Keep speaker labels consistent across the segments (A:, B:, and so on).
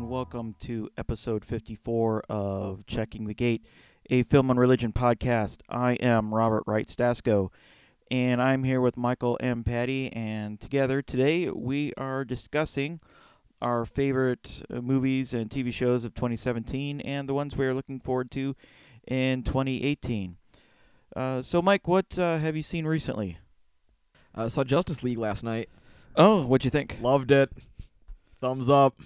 A: welcome to episode 54 of Checking the Gate, a film and religion podcast. I am Robert Wright Stasko, and I'm here with Michael M. Patty, and together today we are discussing our favorite uh, movies and TV shows of 2017 and the ones we are looking forward to in 2018. Uh, so, Mike, what uh, have you seen recently?
B: Uh, saw Justice League last night.
A: Oh, what'd you think?
B: Loved it. Thumbs up.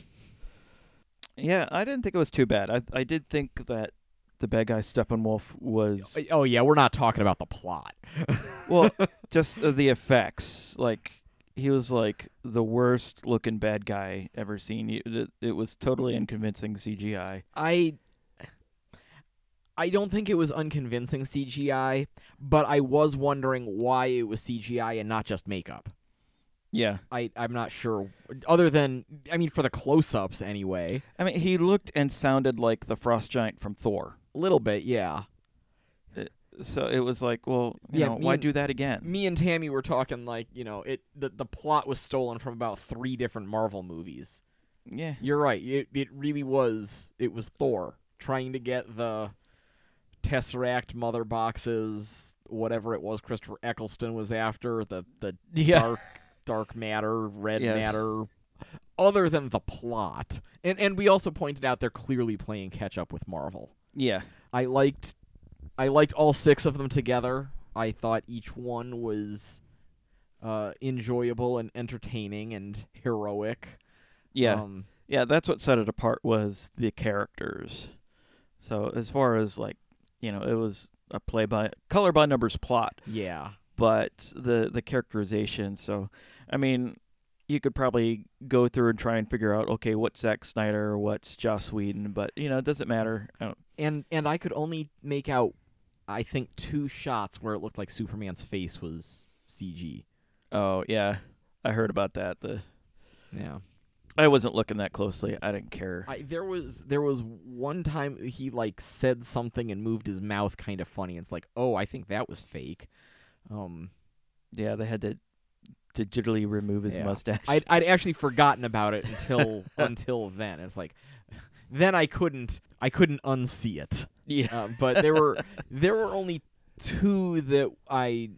A: Yeah, I didn't think it was too bad. I I did think that the bad guy Steppenwolf was
B: Oh yeah, we're not talking about the plot. uh,
A: well, just the effects. Like he was like the worst looking bad guy ever seen. You- It, it was totally
B: Mm-hmm.
A: unconvincing CGI.
B: I I don't think it was unconvincing CGI, but I was wondering why it was CGI and not just makeup.
A: Yeah,
B: I I'm not sure other than I mean for the close-ups anyway.
A: I mean he looked and sounded like the frost giant from Thor.
B: A little bit, yeah.
A: So it was like, well, you
B: Yeah,
A: know,
B: me
A: why
B: and-
A: do that again?
B: Me and Tammy were talking like, you know, it the, the plot was stolen from about 3 different Marvel movies.
A: Yeah,
B: You're right. It it really was. It was Thor trying to get the Tesseract mother boxes, whatever it was. Christopher Eccleston was after the the
A: yeah,
B: dark dark matter, red
A: Yes.
B: matter. Other than the plot, and and we also pointed out they're clearly playing catch up with Marvel.
A: yeah,
B: I liked I liked all six of them together. I thought each one was uh, enjoyable and entertaining and heroic.
A: yeah,
B: Um,
A: yeah. That's what set it apart was the characters. So as far as like, you know, it was a play by color by numbers plot.
B: yeah.
A: but the the characterization. So, I mean, you could probably go through and try and figure out, okay, what's Zack Snyder, what's Joss Whedon, but you know, it doesn't matter. I don't-
B: and and I could only make out, I think, two shots where it looked like Superman's face was CG.
A: oh yeah, I heard about that. The
B: Yeah,
A: I wasn't looking that closely. I didn't care.
B: I, there was there was one time he like said something and moved his mouth kind of funny. It's like, oh, I think that was fake. Um,
A: yeah, they had to digitally remove his
B: Yeah.
A: mustache.
B: I'd I'd actually forgotten about it until until then. It's like, then I couldn't I couldn't unsee it.
A: yeah,
B: Uh, but there were there were only two that I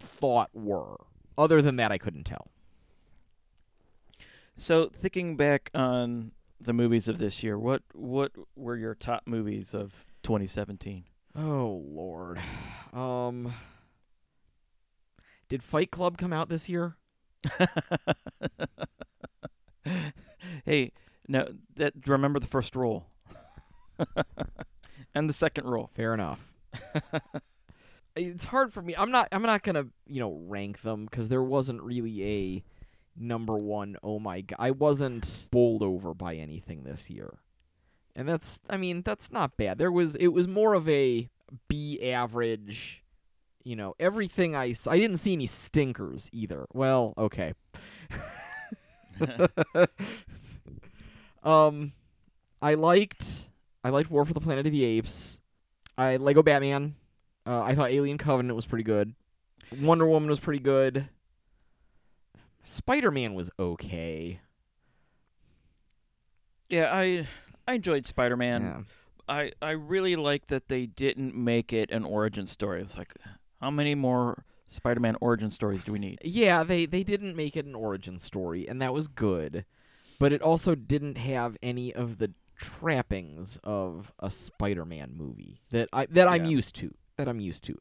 B: thought were. Other than that, I couldn't tell.
A: So thinking back on the movies of this year, what what were your top movies of 2017?
B: Oh lord. Um Did Fight Club come out this year?
A: hey, no, that remember the first rule, and the second rule.
B: Fair enough. it's hard for me. I'm not I'm not going to, you know, rank them cuz there wasn't really a number 1. Oh my god. I wasn't bowled over by anything this year. And that's I mean, that's not bad. There was it was more of a B average you know, everything I s- I didn't see any stinkers either. Well, okay. um, I liked I liked War for the Planet of the Apes. I Lego Batman. Uh, I thought Alien Covenant was pretty good. Wonder Woman was pretty good. Spider Man was okay.
A: yeah, I I enjoyed Spider Man.
B: Yeah.
A: I I really like that they didn't make it an origin story. It's like, how many more Spider Man origin stories do we need?
B: Yeah, they they didn't make it an origin story, and that was good, but it also didn't have any of the trappings of a Spider-Man movie that I that I'm
A: Yeah.
B: used to, that I'm used to,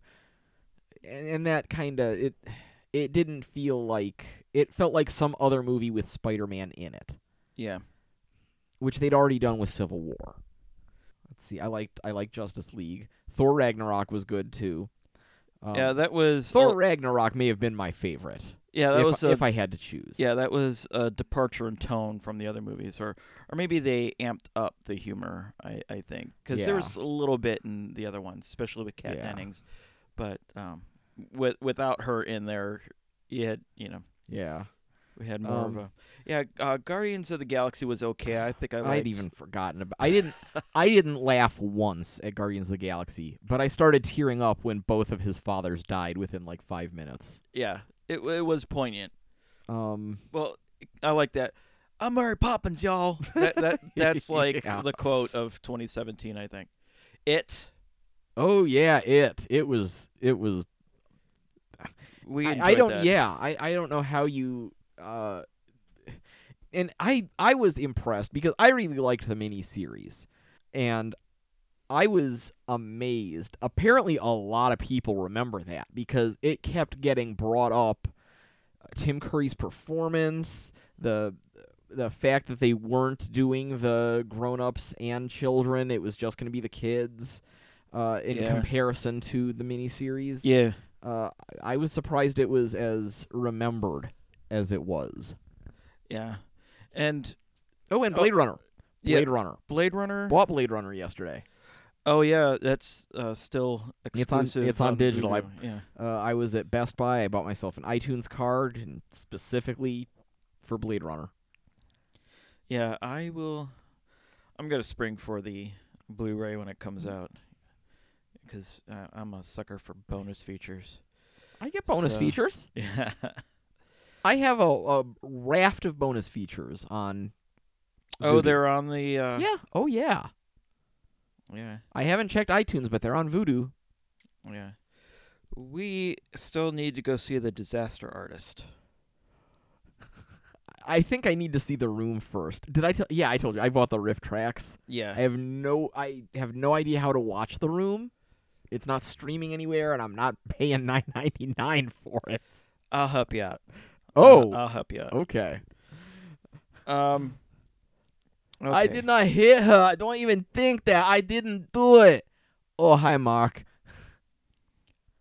B: and, and that kind of it it didn't feel like it felt like some other movie with Spider-Man in it,
A: Yeah,
B: which they'd already done with Civil War. Let's see, I liked I liked Justice League. Thor Ragnarok was good too. Um,
A: yeah, that was
B: Thor
A: oh,
B: Ragnarok may have been my favorite
A: yeah, that
B: if,
A: was a
B: if I had to choose.
A: Yeah, that was a departure in tone from the other movies, or or maybe they amped up the humor. I I think because there
B: Yeah.
A: was a little bit in the other ones, especially with Kat
B: Yeah.
A: Dennings, but um, with without her in there, you had you know
B: Yeah.
A: we had more of
B: Um,
A: a yeah. Uh, Guardians of the Galaxy was okay. I think I
B: I'd
A: liked.
B: even forgotten about I didn't I didn't laugh once at Guardians of the Galaxy, but I started tearing up when both of his fathers died within like 5 minutes.
A: yeah. It it was poignant.
B: Um
A: Well, I like that. I'm Mary Poppins, y'all. That, that that's like
B: Yeah.
A: the quote of 2017, I think. It
B: Oh yeah, it it was it was.
A: we
B: I, I
A: enjoyed
B: don't.
A: that.
B: Yeah, I I don't know how you. Uh, and I I was impressed because I really liked the miniseries, and I was amazed. Apparently, a lot of people remember that because it kept getting brought up. uh, Tim Curry's performance, the the fact that they weren't doing the grown-ups and children, it was just going to be the kids. Uh, in
A: Yeah.
B: comparison to the miniseries,
A: Yeah.
B: uh, I was surprised it was as remembered as it was.
A: Yeah. And
B: Oh, and
A: Oh,
B: Blade Runner.
A: yeah.
B: Blade Runner.
A: Blade Runner.
B: Bought Blade Runner yesterday.
A: Oh yeah, that's uh, still
B: It's on-
A: exclusive.
B: it's on digital, I-
A: Vudu, Yeah.
B: Uh, I was at Best Buy. I bought myself an iTunes card, and specifically for Blade Runner.
A: Yeah, I will. I'm gonna spring for the Blu-ray when it comes
B: Mm.
A: out, because uh, I'm a sucker for bonus features.
B: I get bonus
A: So-
B: features.
A: Yeah.
B: I have a, a raft of bonus features on.
A: oh,
B: Vudu.
A: they're on the. Uh,
B: Yeah. Oh, yeah.
A: Yeah.
B: I haven't checked iTunes, but they're on Voodoo.
A: Yeah. We still need to go see the Disaster Artist.
B: I think I need to see the room first. Did I tell? Yeah, I told you. I bought the Rift tracks. I
A: Yeah.
B: have no I have no idea how to watch The Room. It's not streaming anywhere and I'm not paying 9.99 for it.
A: I'll help you out.
B: Oh,
A: I'll, I'll help you out.
B: okay.
A: Um.
B: I
A: okay.
B: did not hit her. I don't even think that. I didn't do it. Oh, hi Mark.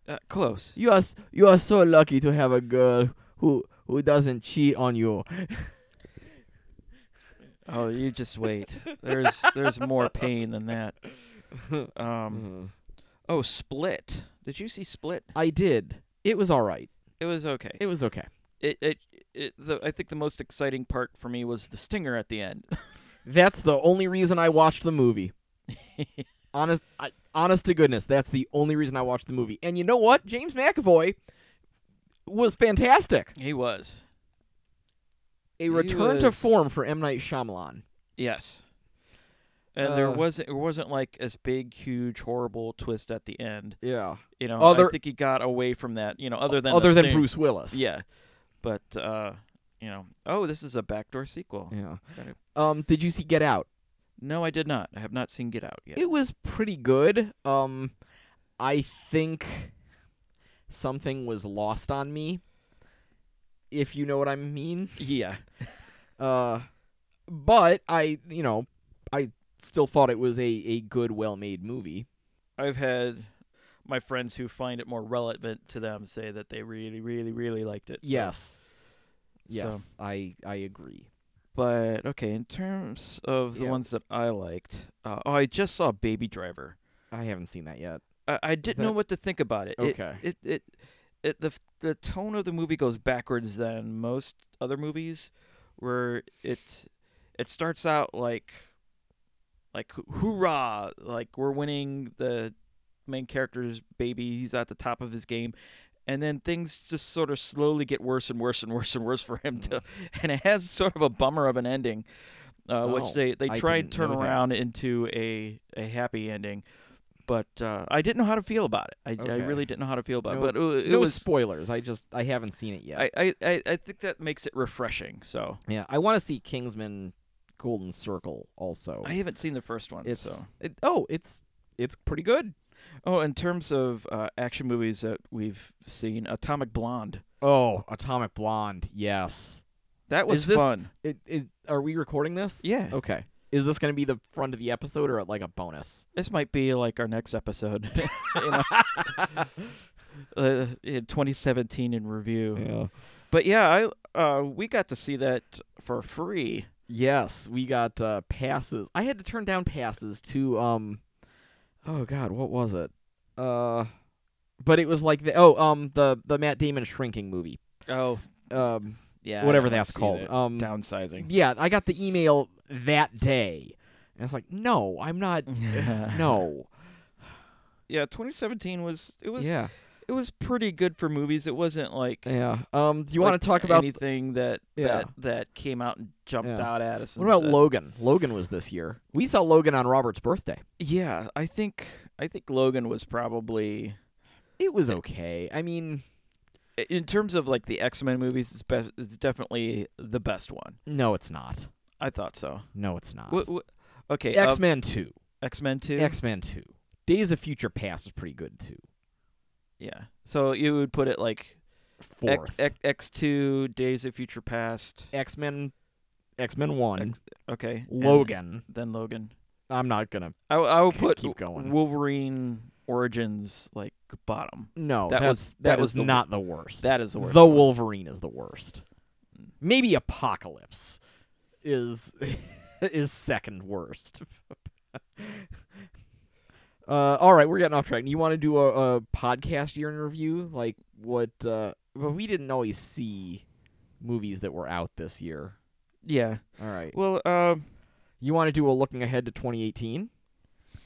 A: Uh, close.
B: You are s- you are so lucky to have a girl who who doesn't cheat on you.
A: Oh, you just wait. There's there's more pain than that.
B: Mm.
A: Um. Oh, Split. Did you see Split?
B: I did. It was all right.
A: It was okay.
B: It was okay.
A: It it, it the, I think the most exciting part for me was the stinger at the end.
B: That's the only reason I watched the movie. honest, I, honest to goodness, that's the only reason I watched the movie. And you know what? James McAvoy was fantastic.
A: he was.
B: A
A: He
B: return to
A: was-
B: form for M Night Shyamalan.
A: Yes. And there
B: Uh,
A: wasn't it wasn't like this big, huge, horrible twist at the end.
B: Yeah.
A: You know, I
B: Other-
A: think he got away from that. You know, other than the
B: other than
A: sting.
B: Bruce Willis.
A: Yeah, but uh, you know, oh, this is a backdoor sequel.
B: Yeah.
A: Got it.
B: Um, did you see Get Out?
A: No, I did not. I have not seen Get Out yet.
B: It was pretty good. Um, I think something was lost on me. If you know what I mean.
A: yeah,
B: Uh, but I, you know, I still thought it was a, a good, well made movie.
A: I've had my friends who find it more relevant to them say that they really, really, really liked it. so-
B: Yes. Yes, I I agree.
A: But okay, in terms of the
B: Yeah.
A: ones that I liked, uh, oh, I just saw Baby Driver.
B: I haven't seen that yet.
A: I, I didn't know
B: that-
A: what to think about it. It-
B: Okay.
A: It, it, it, the f- the tone of the movie goes backwards than most other movies, where it it starts out like like hoo- hoorah, like we're winning. The main character's baby, he's at the top of his game. And then things just sort of slowly get worse and worse and worse and worse for him to, and it has sort of a bummer of an ending, uh,
B: Oh,
A: which they they
B: I
A: try and
B: didn't know
A: turn
B: that.
A: around into a a happy ending, but uh, I didn't know how to feel about it. I, I
B: Okay.
A: really didn't know how to feel about
B: No-
A: it. But it, it
B: no
A: was
B: spoilers. I just I haven't seen it yet.
A: I, I, I I think that makes it refreshing. So
B: yeah, I want to see Kingsman: Golden Circle also.
A: I haven't seen the first one.
B: Oh. it's
A: So
B: it, oh, it's it's pretty good.
A: oh, in terms of uh, action movies that we've seen, Atomic Blonde.
B: Oh, Atomic Blonde. Yes.
A: That was
B: Is this- Oh.
A: fun.
B: It is. Are we recording this?
A: Yeah,
B: Okay. Is this going to be the front of the episode or like a bonus?
A: this might be like our next episode. You know, uh, in 2017 in review.
B: yeah.
A: But yeah, I uh, we got to see that for free.
B: Yes, we got uh, passes. I had to turn down passes to um, oh god, what was it? Uh, but it was like the oh um the the Matt Damon shrinking movie
A: Oh
B: um
A: yeah,
B: whatever that's called um
A: Downsizing.
B: yeah I got the email that day and it's like no I'm not
A: no.
B: no
A: Yeah, 2017 was it was
B: yeah
A: it was pretty good for movies. It wasn't like
B: Yeah. Um. Do you want
A: like
B: to talk about
A: anything that
B: Yeah.
A: that that came out and jumped
B: Yeah.
A: out at us?
B: what
A: and
B: about
A: said-
B: Logan? Logan was this year. We saw Logan on Robert's birthday.
A: Yeah, I think I think Logan was probably
B: It was okay. I mean,
A: i- in terms of like the X Men movies. It's best. It's definitely the best one.
B: no, it's not.
A: I thought so.
B: No, it's not.
A: Wh- wh- okay,
B: X Men Two.
A: X Men Two.
B: X Men Two. Days of Future Past is pretty good too.
A: yeah. So you would put it like
B: Fourth.
A: X X Two, Days of Future Past.
B: X Men. X Men One.
A: X- Okay. and
B: Logan.
A: Then Logan.
B: I'm not gonna.
A: I, w- I will
B: Keep-
A: put
B: keep going.
A: Wolverine Origins like bottom.
B: No,
A: That
B: that's,
A: was-
B: that,
A: that
B: was
A: is the
B: not the worst.
A: That is the worst.
B: the
A: one.
B: Wolverine is the worst.
A: Mm.
B: Maybe Apocalypse is is second worst. uh, all right, we're getting off track. You want to do a, a podcast year in review? Like what? Uh, well, we didn't always see movies that were out this year.
A: Yeah.
B: All right,
A: Well, um,
B: you want to do a looking ahead to 2018?
A: well,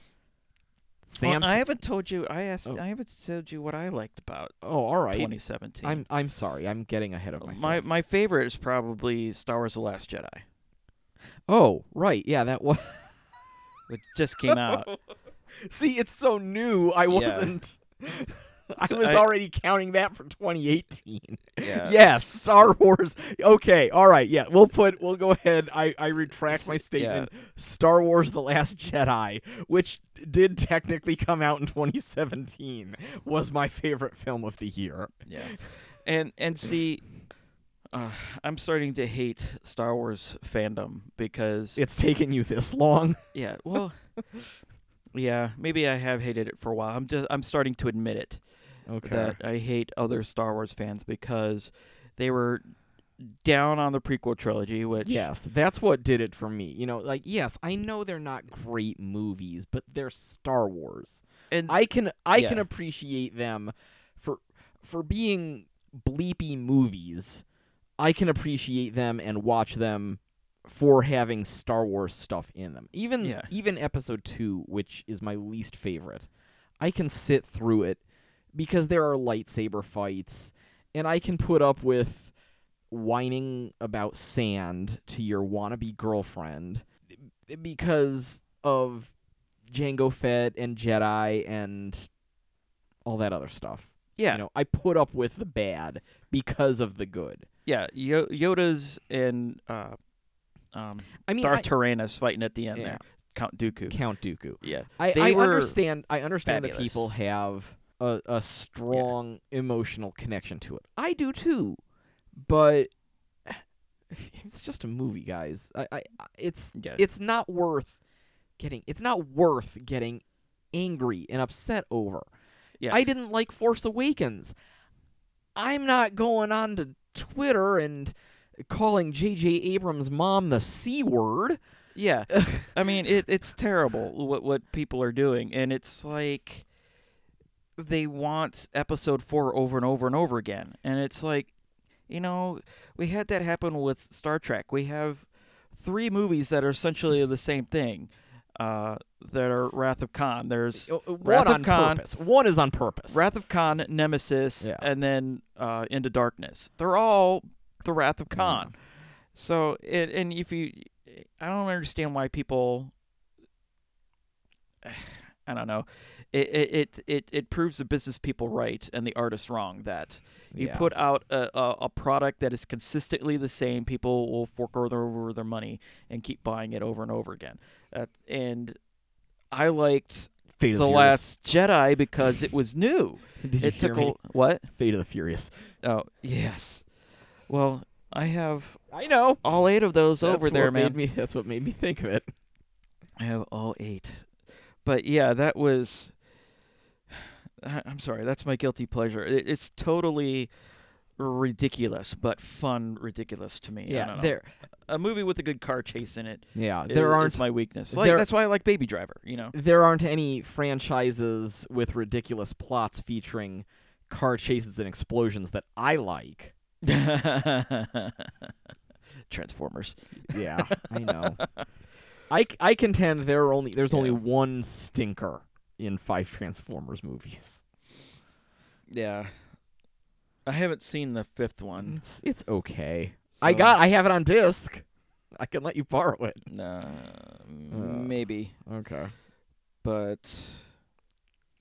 B: Sam,
A: I haven't told you. I asked.
B: Oh.
A: I haven't told you what I liked about
B: Oh, all right.
A: 2017.
B: I'm I'm sorry. I'm getting ahead of myself.
A: my my favorite is probably Star Wars: The Last Jedi,
B: Oh, right. Yeah, that was.
A: which just came out.
B: See, it's so new. I wasn't. I
A: So
B: was
A: I-
B: already counting that for 2018.
A: Yeah.
B: Yes, Star Wars. Okay, all right. Yeah, we'll put. We'll go ahead. I I retract my statement. Star Wars: The Last Jedi, which did technically come out in 2017, was my favorite film of the year.
A: Yeah. And and see, uh, I'm starting to hate Star Wars fandom because
B: It's taken you this long.
A: yeah. Well. Yeah, maybe I have hated it for a while. I'm just I'm starting to admit it.
B: Okay.
A: that I hate other Star Wars fans because they were down on the prequel trilogy, which
B: Yes, that's what did it for me. You know, like yes, I know they're not great movies, but they're Star Wars.
A: and
B: I can I can
A: Yeah.
B: appreciate them for for being bleepy movies. I can appreciate them and watch them for having Star Wars stuff in them. Even
A: Yeah.
B: even episode 2, which is my least favorite. I can sit through it because there are lightsaber fights and I can put up with whining about sand to your wannabe girlfriend because of Django Fett and Jedi and all that other stuff.
A: yeah,
B: You know, I put up with the bad because of the good.
A: yeah, Yo- Yoda's and uh, um,
B: I mean,
A: Darth
B: I-
A: Tyrannus fighting at the end
B: Yeah.
A: there, Count Dooku.
B: Count Dooku.
A: Yeah,
B: I,
A: They
B: I
A: were
B: understand. I understand that
A: fabulous.
B: people have a, a strong emotional connection to it. I do too, but it's just a movie, guys. I, I, I- it's
A: yeah,
B: it's not worth getting. It's not worth getting angry and upset over.
A: Yeah.
B: I didn't like Force Awakens. I'm not going on to Twitter and calling J.J. Abrams' mom the c word.
A: yeah. I mean, it, it's terrible what what people are doing, and it's like they want episode four over and over and over again, and it's like, you know, we had that happen with Star Trek. We have three movies that are essentially the same thing. Uh, that are Wrath of Khan. There's Wrath
B: Uh, One
A: of
B: on
A: Khan.
B: purpose. One is on purpose.
A: Wrath of Khan, Nemesis,
B: Yeah.
A: and then uh, Into Darkness. They're all the Wrath of Khan. So, and, and if you, I don't understand why people. I don't know. It it, it, it it proves the business people right and the artists wrong that you
B: Yeah.
A: put out a, a, a product that is consistently the same. People will fork over, over their money and keep buying it over and over again. Uh, and I liked
B: Fate of
A: the
B: Furious.
A: Last Jedi because it was new
B: Did you
A: it
B: hear
A: took
B: me?
A: a what?
B: Fate of the Furious.
A: Oh yes. Well, I have
B: I know.
A: all eight of those
B: That's
A: over there,
B: what made
A: man.
B: Me, that's what made me think of it.
A: I have all eight. But yeah, that was. I- I'm sorry. That's my guilty pleasure. It, it's totally ridiculous, but fun ridiculous to me. I don't know.
B: there.
A: a movie with a good car chase in it.
B: Yeah,
A: i-
B: there
A: is
B: aren't
A: my weakness. Like,
B: there-
A: that's why I like Baby Driver. You know.
B: there aren't any franchises with ridiculous plots featuring car chases and explosions that I like.
A: Transformers.
B: Yeah, I know. I, c- I contend there are only there's only
A: Yeah.
B: one stinker in five Transformers movies.
A: Yeah. I haven't seen the fifth one.
B: It's it's okay. I
A: so-
B: got I have it on disc. I can let you borrow it.
A: Nah,
B: Uh.
A: maybe.
B: Okay.
A: but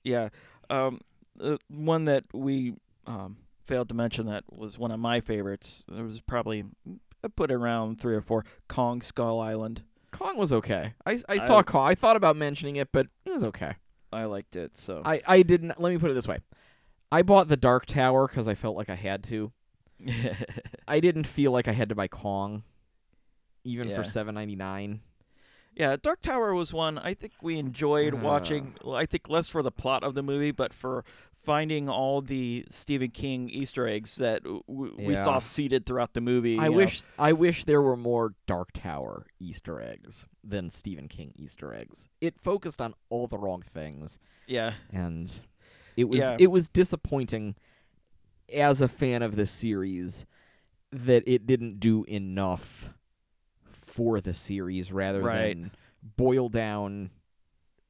A: yeah, um, the one that we um, failed to mention that was one of my favorites. There was probably I put around three or four Kong Skull Island.
B: Kong was okay. I, I
A: I-
B: saw Kong. I thought about mentioning it, but it was okay.
A: I liked it so
B: I, I didn't. Let me put it this way. I bought the Dark Tower because I felt like I had to. I didn't feel like I had to buy Kong, even
A: Yeah.
B: for seven ninety nine.
A: yeah, Dark Tower was one I think we enjoyed
B: Uh.
A: watching. Well, I think less for the plot of the movie, but for finding all the Stephen King Easter eggs that w- w- we
B: Yeah.
A: saw seated throughout the movie.
B: I
A: you know.
B: wish I wish there were more Dark Tower Easter eggs than Stephen King Easter eggs. It focused on all the wrong things,
A: yeah,
B: and it was
A: Yeah.
B: it was disappointing as a fan of this series that it didn't do enough for the series rather
A: Right.
B: than boil down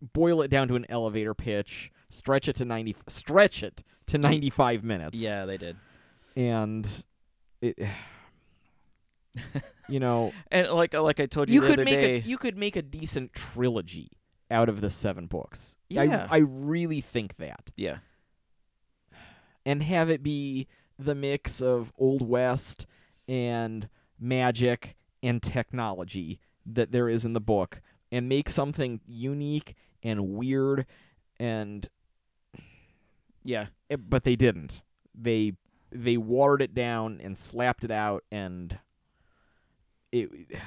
B: boil it down to an elevator pitch stretch it to 90 stretch it to 95 minutes
A: yeah, they did.
B: and it you know
A: And like uh, like I told you,
B: you
A: the
B: could
A: other
B: make
A: day,
B: a you could make a decent trilogy out of the seven books
A: Yeah.
B: I, I really think that
A: yeah,
B: and have it be the mix of old west and magic and technology that there is in the book and make something unique and weird and
A: yeah.
B: eh, but they didn't they they watered it down and slapped it out and it it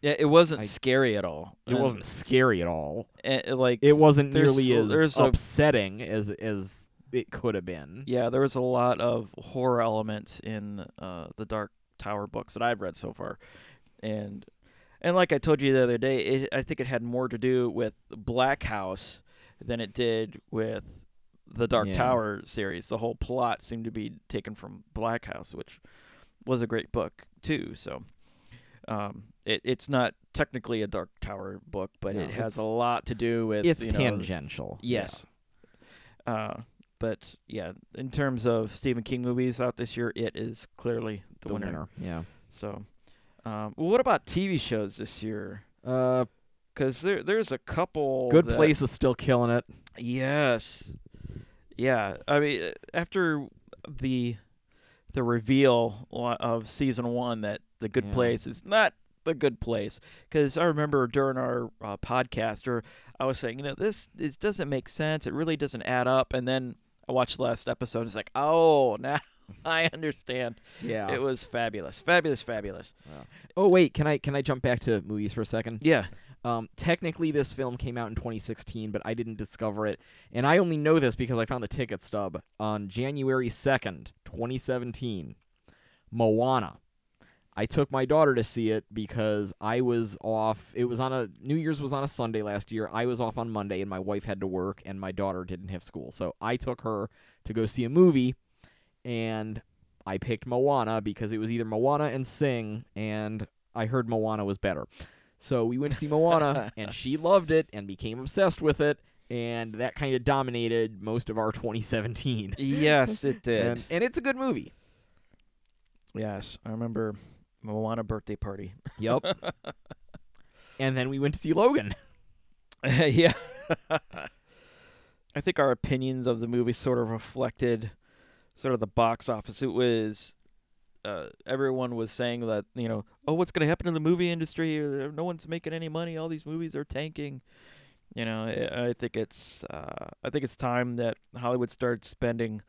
A: Yeah, it wasn't
B: I-
A: scary at all. And-
B: wasn't scary at all
A: and, uh, like
B: it wasn't
A: There's
B: nearly
A: so-
B: as
A: there's a-
B: upsetting as as it could have been.
A: yeah, there was a lot of horror elements in uh, the Dark Tower books that I've read so far, and and like I told you the other day, it, I think it had more to do with Black House than it did with the Dark
B: Yeah.
A: Tower series. The whole plot seemed to be taken from Black House, which was a great book too. So. Um, it, it's not technically a Dark Tower book, but
B: No,
A: it has
B: it's-
A: a lot to do with
B: It's
A: you know,
B: tangential.
A: Yes. Uh, but yeah, in terms of Stephen King movies out this year, it is clearly
B: yeah,
A: the, winner.
B: Yeah.
A: So, um, well, what about TV shows this year?
B: Uh,
A: Because there, there's a couple.
B: good
A: that-
B: place is still killing it.
A: Yes. Yeah. I mean, uh, after the the reveal wa- of season one that the good
B: Yeah.
A: place is not the good place because i remember during our uh, podcast or i was saying you know this it doesn't make sense it really doesn't add up and then i watched the last episode and it's like oh now i understand
B: Yeah.
A: it was fabulous fabulous fabulous
B: oh wait, can I can I jump back to movies for a second?
A: yeah
B: Um, technically this film came out in 2016, but I didn't discover it, and I only know this because I found the ticket stub on January 2nd, 2017. Moana. I took my daughter to see it because I was off. It was on a New Year's was on a Sunday last year. I was off on Monday and my wife had to work and my daughter didn't have school. So I took her to go see a movie and I picked Moana because it was either Moana and Sing and I heard Moana was better. So we went to see Moana and she loved it and became obsessed with it and that kind of dominated most of our 2017.
A: yes it did
B: And, and it's a good movie.
A: yes i remember moana birthday party
B: Yep. and then we went to see Logan.
A: yeah. I think our opinions of the movie sort of reflected sort of the box office. It was uh, everyone was saying that you know, oh, what's going to happen in the movie industry? Uh, No one's making any money. All these movies are tanking. You know, I, I think it's uh, I think it's time that Hollywood starts spending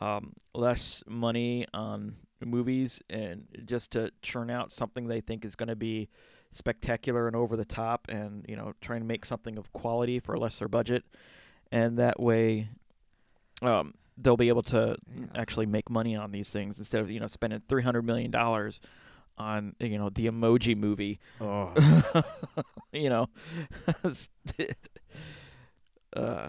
A: um, less money on movies and just to churn out something they think is going to be spectacular and over the top and you know try and make something of quality for a lesser budget and that way um, they'll be able to
B: Yeah.
A: actually make money on these things instead of you know spending 300 million dollars on you know the emoji movie
B: Oh.
A: you know uh,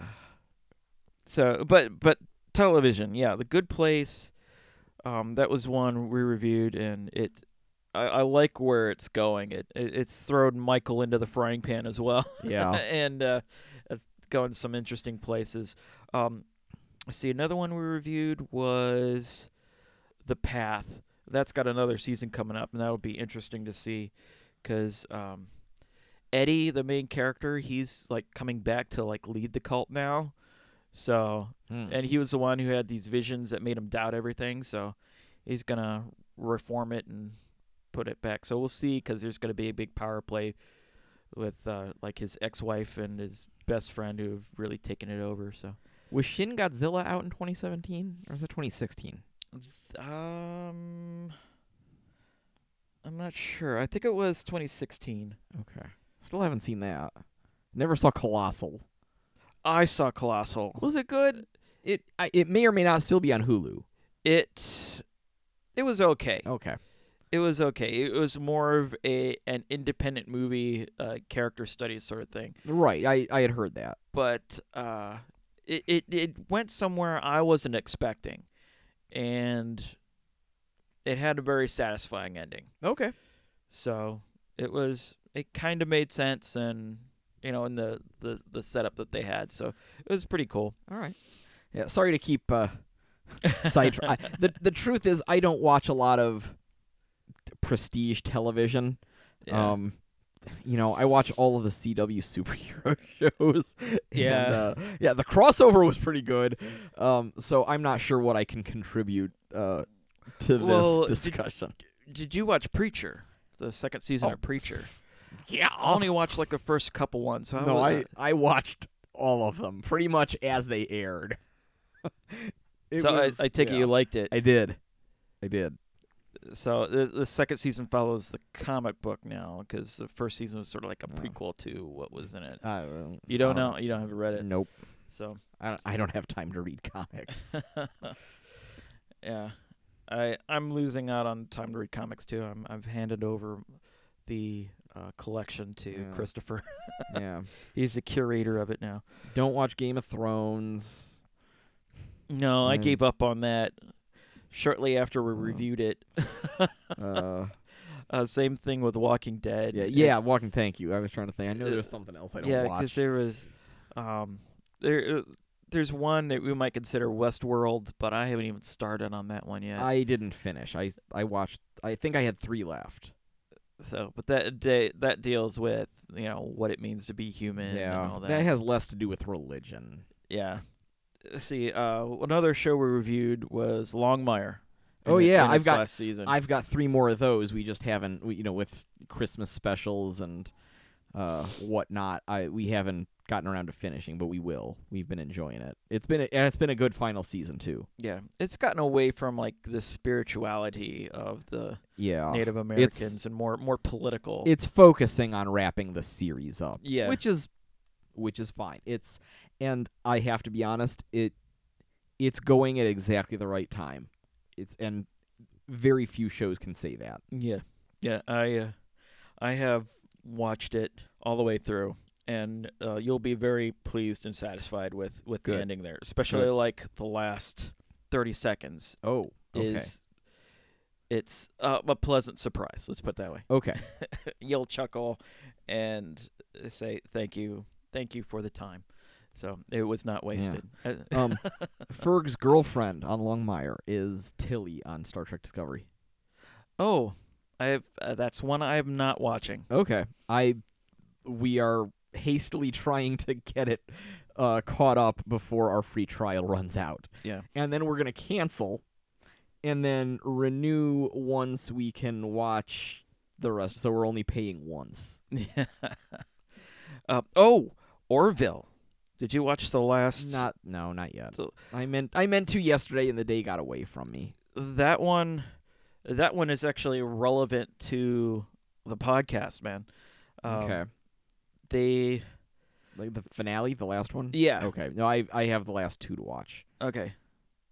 A: so but but television yeah the good place um, that was one we reviewed and it I, I like where it's going it, it it's thrown michael into the frying pan as well
B: Yeah.
A: and uh, it's going some interesting places um, Let's see, another one we reviewed was The Path. That's got another season coming up, and that'll be interesting to see because um, Eddie, the main character, he's like coming back to like lead the cult now. So,
B: Hmm.
A: and he was the one who had these visions that made him doubt everything. So, he's gonna reform it and put it back. So we'll see, because there's gonna be a big power play with uh, like his ex-wife and his best friend who've really taken it over. So.
B: Was Shin Godzilla out in 2017 or was that 2016?
A: Um, I'm not sure. I think it was 2016.
B: Okay. Still haven't seen that. Never saw Colossal.
A: I saw Colossal.
B: Was it good? It I, it may or may not still be on Hulu.
A: It it was okay.
B: Okay.
A: It was okay. It was more of a an independent movie, uh, character study sort of thing.
B: Right. I, I had heard that.
A: But uh, it, it it went somewhere I wasn't expecting, and it had a very satisfying ending.
B: Okay.
A: So it was it kind of made sense and you know in the, the the setup that they had. So it was pretty cool.
B: All right. Yeah, sorry to keep uh side I, the the truth is I don't watch a lot of prestige television.
A: Yeah.
B: Um, you know, I watch all of the CW superhero shows. and,
A: Yeah.
B: uh, yeah. The crossover was pretty good. Um, so I'm not sure what I can contribute uh, to this
A: Well, did-
B: discussion.
A: Did you watch Preacher? The second
B: Oh,
A: season of Preacher.
B: Yeah.
A: I only watched like the first couple ones. So I
B: oh. no,
A: was,
B: I I watched all of them pretty much as they aired. It
A: so
B: was-
A: I, I take it
B: yeah.
A: you liked it.
B: I did. I did.
A: so the, the second season follows the comic book now because the first season was sort of like a
B: Oh.
A: prequel to what was in it.
B: I, uh, um,
A: You don't know. Uh, You don't have read it.
B: Nope.
A: So
B: I don't, I don't have time to read comics.
A: yeah, I I'm losing out on time to read comics too. I'm I've handed over the uh, collection to
B: Yeah.
A: Christopher.
B: yeah.
A: He's the curator of it now.
B: Don't watch Game of Thrones.
A: No, I
B: Mm.
A: gave up on that shortly after we
B: Mm.
A: reviewed it.
B: Uh,
A: uh, same thing with Walking Dead.
B: yeah,
A: It's-
B: yeah. Walking. Thank you. I was trying to think. I know there's
A: Uh,
B: something else I don't
A: Yeah,
B: watch.
A: there was, um, there uh, there's one that we might consider Westworld, but I haven't even started on that one yet.
B: I didn't finish. I I watched. I think I had three left.
A: so, but that de- that deals with you know what it means to be human and
B: yeah,
A: all that.
B: has less to do with religion.
A: yeah. Let's See, uh, another show we reviewed was Longmire. in
B: Oh,
A: it-
B: yeah,
A: in
B: I've
A: its
B: got-
A: last season.
B: I've got three more of those. We just haven't. We, you know, with Christmas specials and uh, whatnot, I we haven't gotten around to finishing, but we will. We've been enjoying it. It's been a, it's been a good final season too.
A: yeah, it's gotten away from like the spirituality of the
B: Yeah,
A: Native Americans and more more political.
B: it's focusing on wrapping the series up.
A: yeah,
B: which is which is fine it's and i have to be honest it it's going at exactly the right time it's and very few shows can say that
A: Yeah, yeah. I uh, I have watched it all the way through, and uh, you'll be very pleased and satisfied with with the
B: Good.
A: ending there, especially
B: Good.
A: like the last thirty seconds
B: oh okay
A: is. It's uh, a pleasant surprise. Let's put it that way.
B: okay
A: You'll chuckle and say thank you, thank you for the time. So it was not wasted. Uh,
B: um ferg's girlfriend on longmire is tilly on star trek discovery
A: oh, I have uh, that's one I am not watching.
B: okay i we are hastily trying to get it uh, caught up before our free trial runs out
A: Yeah,
B: and then we're gonna cancel and then renew once we can watch the rest so we're only paying once
A: uh, oh, Orville. Did you watch the last?
B: not no not yet
A: So-
B: i meant i meant to yesterday and the day got away from me
A: that one. That one is actually relevant to the podcast, man. Um,
B: okay
A: They.
B: like the finale the last one
A: Yeah.
B: okay no i i have the last two to watch
A: Okay.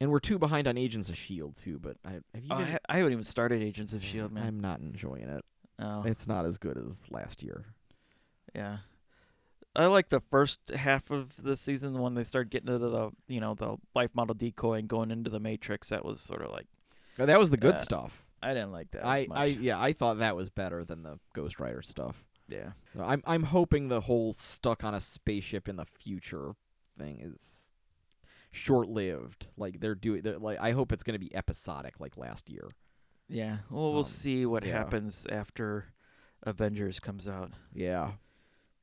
B: and we're two behind on agents of shield too but i have you
A: Oh, I,
B: been-
A: ha- I haven't even started Agents of Shield, E man.
B: i'm not enjoying it
A: Oh,
B: it's not as good as last year
A: yeah. I like the first half of the season when they started getting into the you know the life model decoy and going into the matrix. That was sort of like
B: oh, that was the good
A: Uh,
B: stuff
A: I didn't like that.
B: i
A: as much.
B: i yeah i thought that was better than the ghost rider stuff
A: yeah.
B: So I'm I'm hoping the whole stuck on a spaceship in the future thing is short-lived. Like they're doing. They're, like I hope it's going to be episodic, like last year.
A: Yeah. Well, we'll
B: Um,
A: see what
B: yeah.
A: happens after Avengers comes out
B: Yeah.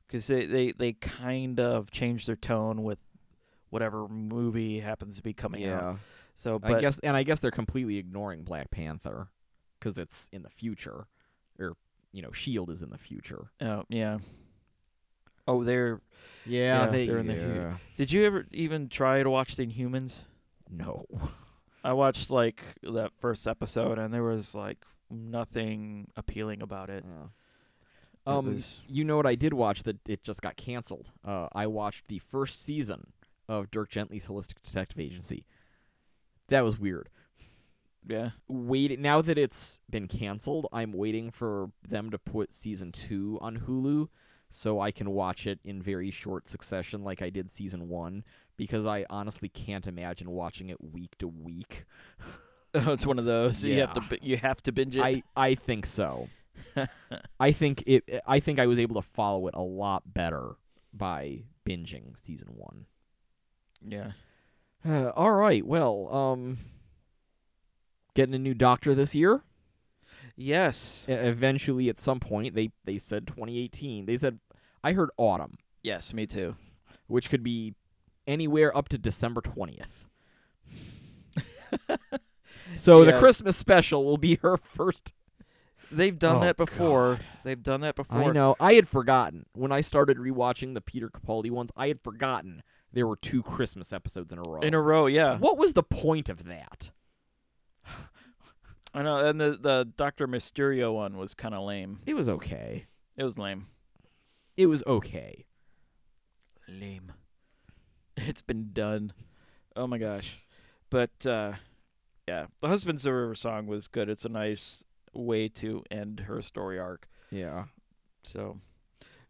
A: because they, they they kind of change their tone with whatever movie happens to be coming out.
B: yeah.
A: So,
B: I
A: but
B: guess, and I guess they're completely ignoring Black Panther because it's in the future, or you know, Shield E is in the future.
A: oh, yeah. Oh, they're.
B: Yeah,
A: Yeah,
B: they,
A: they're in the future.
B: yeah.
A: Did you ever even try to watch the Inhumans?
B: No.
A: I watched like that first episode, and there was like nothing appealing about it. It
B: Um,
A: was-
B: you know what I did watch that it just got canceled. Uh, I watched the first season of Dirk Gently's Holistic Detective Agency. That was weird.
A: yeah.
B: Wait, now that it's been canceled, I'm waiting for them to put season two on Hulu, so I can watch it in very short succession, like I did season one. Because I honestly can't imagine watching it week to week.
A: it's one of those. You have to
B: Yeah.
A: bi- you have to binge it.
B: I I think so. I think it. I think I was able to follow it a lot better by binging season one.
A: yeah.
B: Uh, all right. Well, um, getting a new doctor this year.
A: Yes.
B: E- eventually, at some point, they they said 2018. They said I heard autumn,
A: Yes. Me too.
B: which could be anywhere up to December 20th. so the
A: Yeah.
B: Christmas special will be her first.
A: They've done
B: Oh,
A: that before.
B: God.
A: They've done that before.
B: I know. I had forgotten when I started rewatching the Peter Capaldi ones. I had forgotten there were two Christmas episodes in a row.
A: In a row, yeah.
B: What was the point of that?
A: I know. And the the Doctor Mysterio one was kind of lame.
B: It was okay.
A: It was lame.
B: It was okay.
A: Lame. It's been done. Oh my gosh. But uh yeah, the Husbands of River song was good. It's a nice way to end her story arc.
B: Yeah.
A: So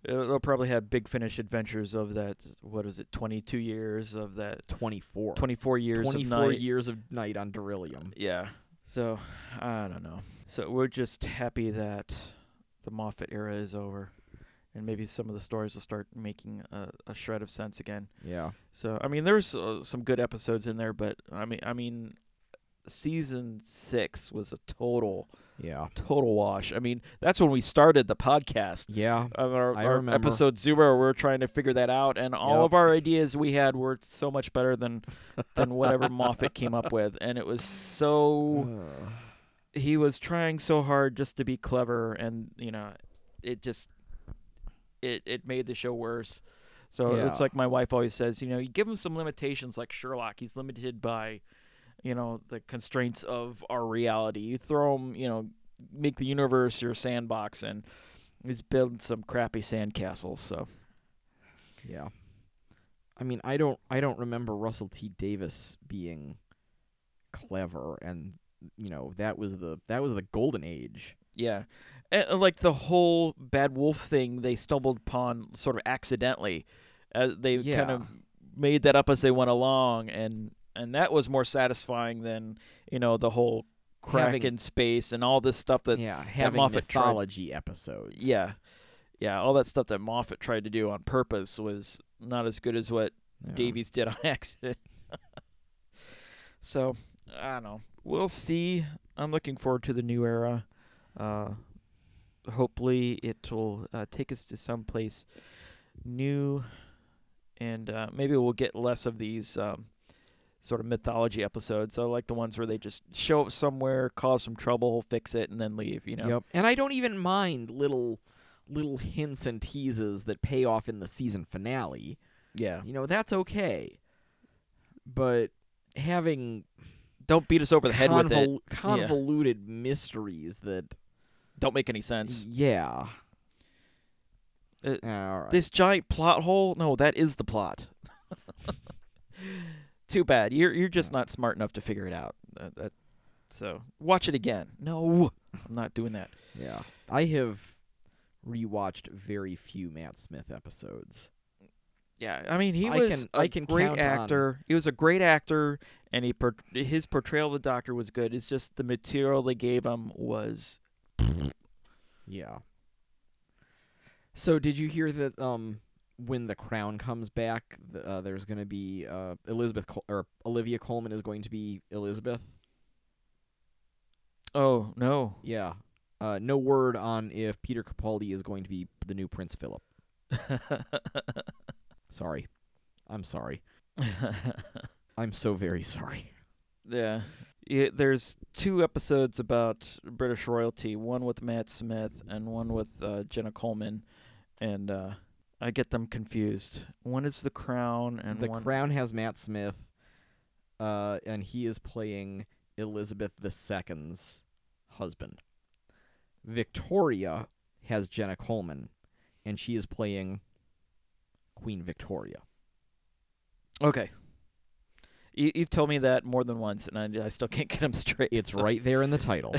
A: uh, they'll probably have big finish adventures of that. What is it? Twenty two years of that.
B: 24.
A: Twenty four years. of
B: 24
A: night.
B: years of night on Derillium.
A: Yeah. So I don't know. So we're just happy that the Moffat era is over, and maybe some of the stories will start making a, a shred of sense again.
B: Yeah.
A: So I mean, there's uh, some good episodes in there, but I mean, I mean, season six was a total
B: Yeah.
A: total wash. I mean, that's when we started the podcast.
B: Yeah.
A: Uh, Our,
B: I
A: our
B: remember.
A: episode zero, we we're trying to figure that out, and all
B: Yep.
A: of our ideas we had were so much better than than whatever Moffat came up with, and it was so he was trying so hard just to be clever and you know it just it it made the show worse so it's
B: Yeah.
A: like my wife always says you know you give him some limitations like sherlock he's limited by you know the constraints of our reality you throw him you know make the universe your sandbox and he's building some crappy sandcastles so
B: yeah. I mean, I don't I don't remember Russell T Davis being clever and you know, that was the that was the golden age.
A: yeah and, uh, like the whole bad wolf thing they stumbled upon sort of accidentally uh, they kind of
B: Yeah.
A: made that up as they went along and and that was more satisfying than you know the whole crack
B: Having-
A: in space and all this stuff that yeah.
B: yeah, having
A: Moffat tried-
B: mythology episodes.
A: yeah all that stuff that moffat tried to do on purpose was not as good as what
B: Yeah.
A: davies did on accident so i don't know we'll see i'm looking forward to the new era uh hopefully it will uh, take us to someplace new and uh, maybe we'll get less of these um, sort of mythology episodes. I like the ones where they just show up somewhere, cause some trouble, fix it, and then leave. You know?
B: Yep. And I don't even mind little little hints and teases that pay off in the season finale.
A: Yeah.
B: You know, that's okay. But having
A: Don't beat us over the head with it.
B: convol- convoluted mysteries that
A: Don't make any sense.
B: yeah.
A: Uh,
B: All right.
A: This giant plot hole? No, that is the plot. Too bad. You're you're just
B: Yeah.
A: not smart enough to figure it out. Uh, that, so watch it again. No, I'm not doing that.
B: yeah. I have rewatched very few Matt Smith episodes.
A: Yeah, I mean, he
B: I
A: was
B: can-
A: a
B: I can
A: great
B: count on-
A: actor. He was a great actor, and he por- his portrayal of the Doctor was good. It's just the material they gave him was
B: Yeah. So did you hear that um when the crown comes back, th- uh, there's going to be uh, Elizabeth Col- or Olivia Coleman is going to be Elizabeth.
A: Oh no.
B: Yeah. Uh, no word on if Peter Capaldi is going to be the new Prince Philip. Sorry. I'm sorry. I'm so very sorry.
A: yeah. yeah. There's two episodes about British royalty. One with Matt Smith and one with uh, Jenna Coleman, and uh, I get them confused. One is The Crown, and
B: the
A: one
B: crown has Matt Smith, uh, and he is playing Elizabeth II's husband. Victoria has Jenna Coleman, and she is playing Queen Victoria.
A: Okay. You, you've told me that more than once, and I, I still can't get them straight.
B: It's
A: so-
B: right there in the title.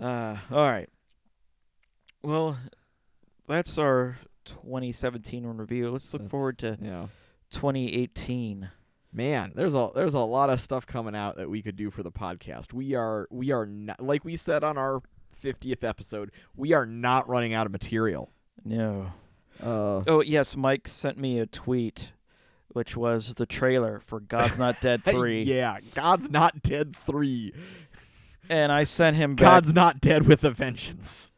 A: uh, all right. Well, that's our 2017 review. Let's look
B: That's-
A: forward to
B: yeah.
A: 2018.
B: Man, there's a there's a lot of stuff coming out that we could do for the podcast. We are we are not like we said on our 50th episode, we are not running out of material.
A: No.
B: Uh,
A: Oh yes, Mike sent me a tweet, which was the trailer for God's Not Dead Three,
B: yeah, God's Not Dead 3.
A: and I sent him back.
B: God's Not Dead with a Vengeance.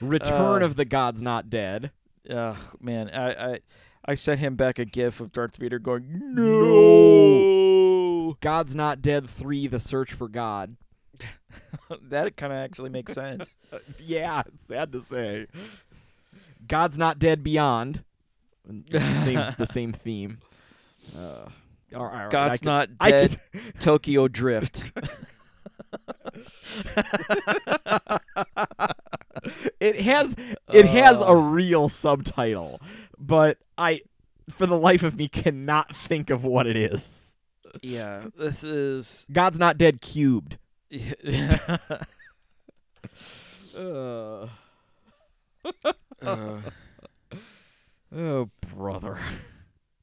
B: Return
A: Uh,
B: of the God's Not Dead.
A: Ugh, man, I, I I sent him back a gif of Darth Vader going
B: No. God's Not Dead 3 The Search for God.
A: no. that kind of actually makes sense.
B: Uh, yeah, it's sad to say. God's Not Dead Beyond. The same, the same theme. Uh, all right, all right, I
A: God's
B: could-
A: Not
B: I
A: Dead
B: could-
A: Tokyo Drift.
B: it has it has a
A: Uh.
B: real subtitle, but I for the life of me cannot think of what it is.
A: yeah, this is
B: God's Not Dead Cubed.
A: uh,
B: Uh, oh brother.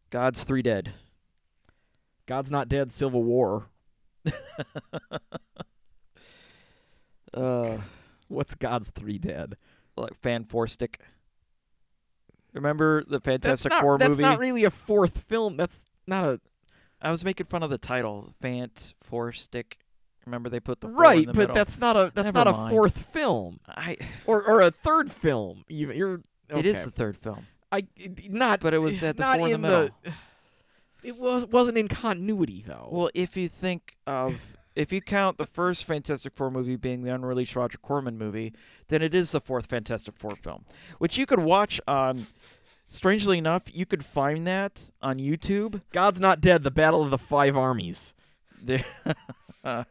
A: God's Three Dead.
B: God's Not Dead Civil War.
A: Uh,
B: What's God's Three Dead?
A: like Fan Four Stick. Remember the Fantastic
B: that's not,
A: Four
B: that's
A: movie?
B: not really a fourth film. That's not a
A: I was making fun of the title, Fant Four Stick. Remember they put the four
B: right,
A: in the
B: but
A: middle?
B: that's not a that's
A: Never
B: not
A: mind.
B: a fourth film
A: I.
B: or or a third film. Even you're okay.
A: It is the third film.
B: I it- not
A: But it was at the
B: not
A: four in the
B: it was wasn't in continuity though.
A: Well, if you think of if you count the first Fantastic Four movie being the unreleased Roger Corman movie, then it is the fourth Fantastic Four film, which you could watch on. Strangely enough, you could find that on YouTube.
B: God's not dead. The Battle of the Five Armies.
A: There,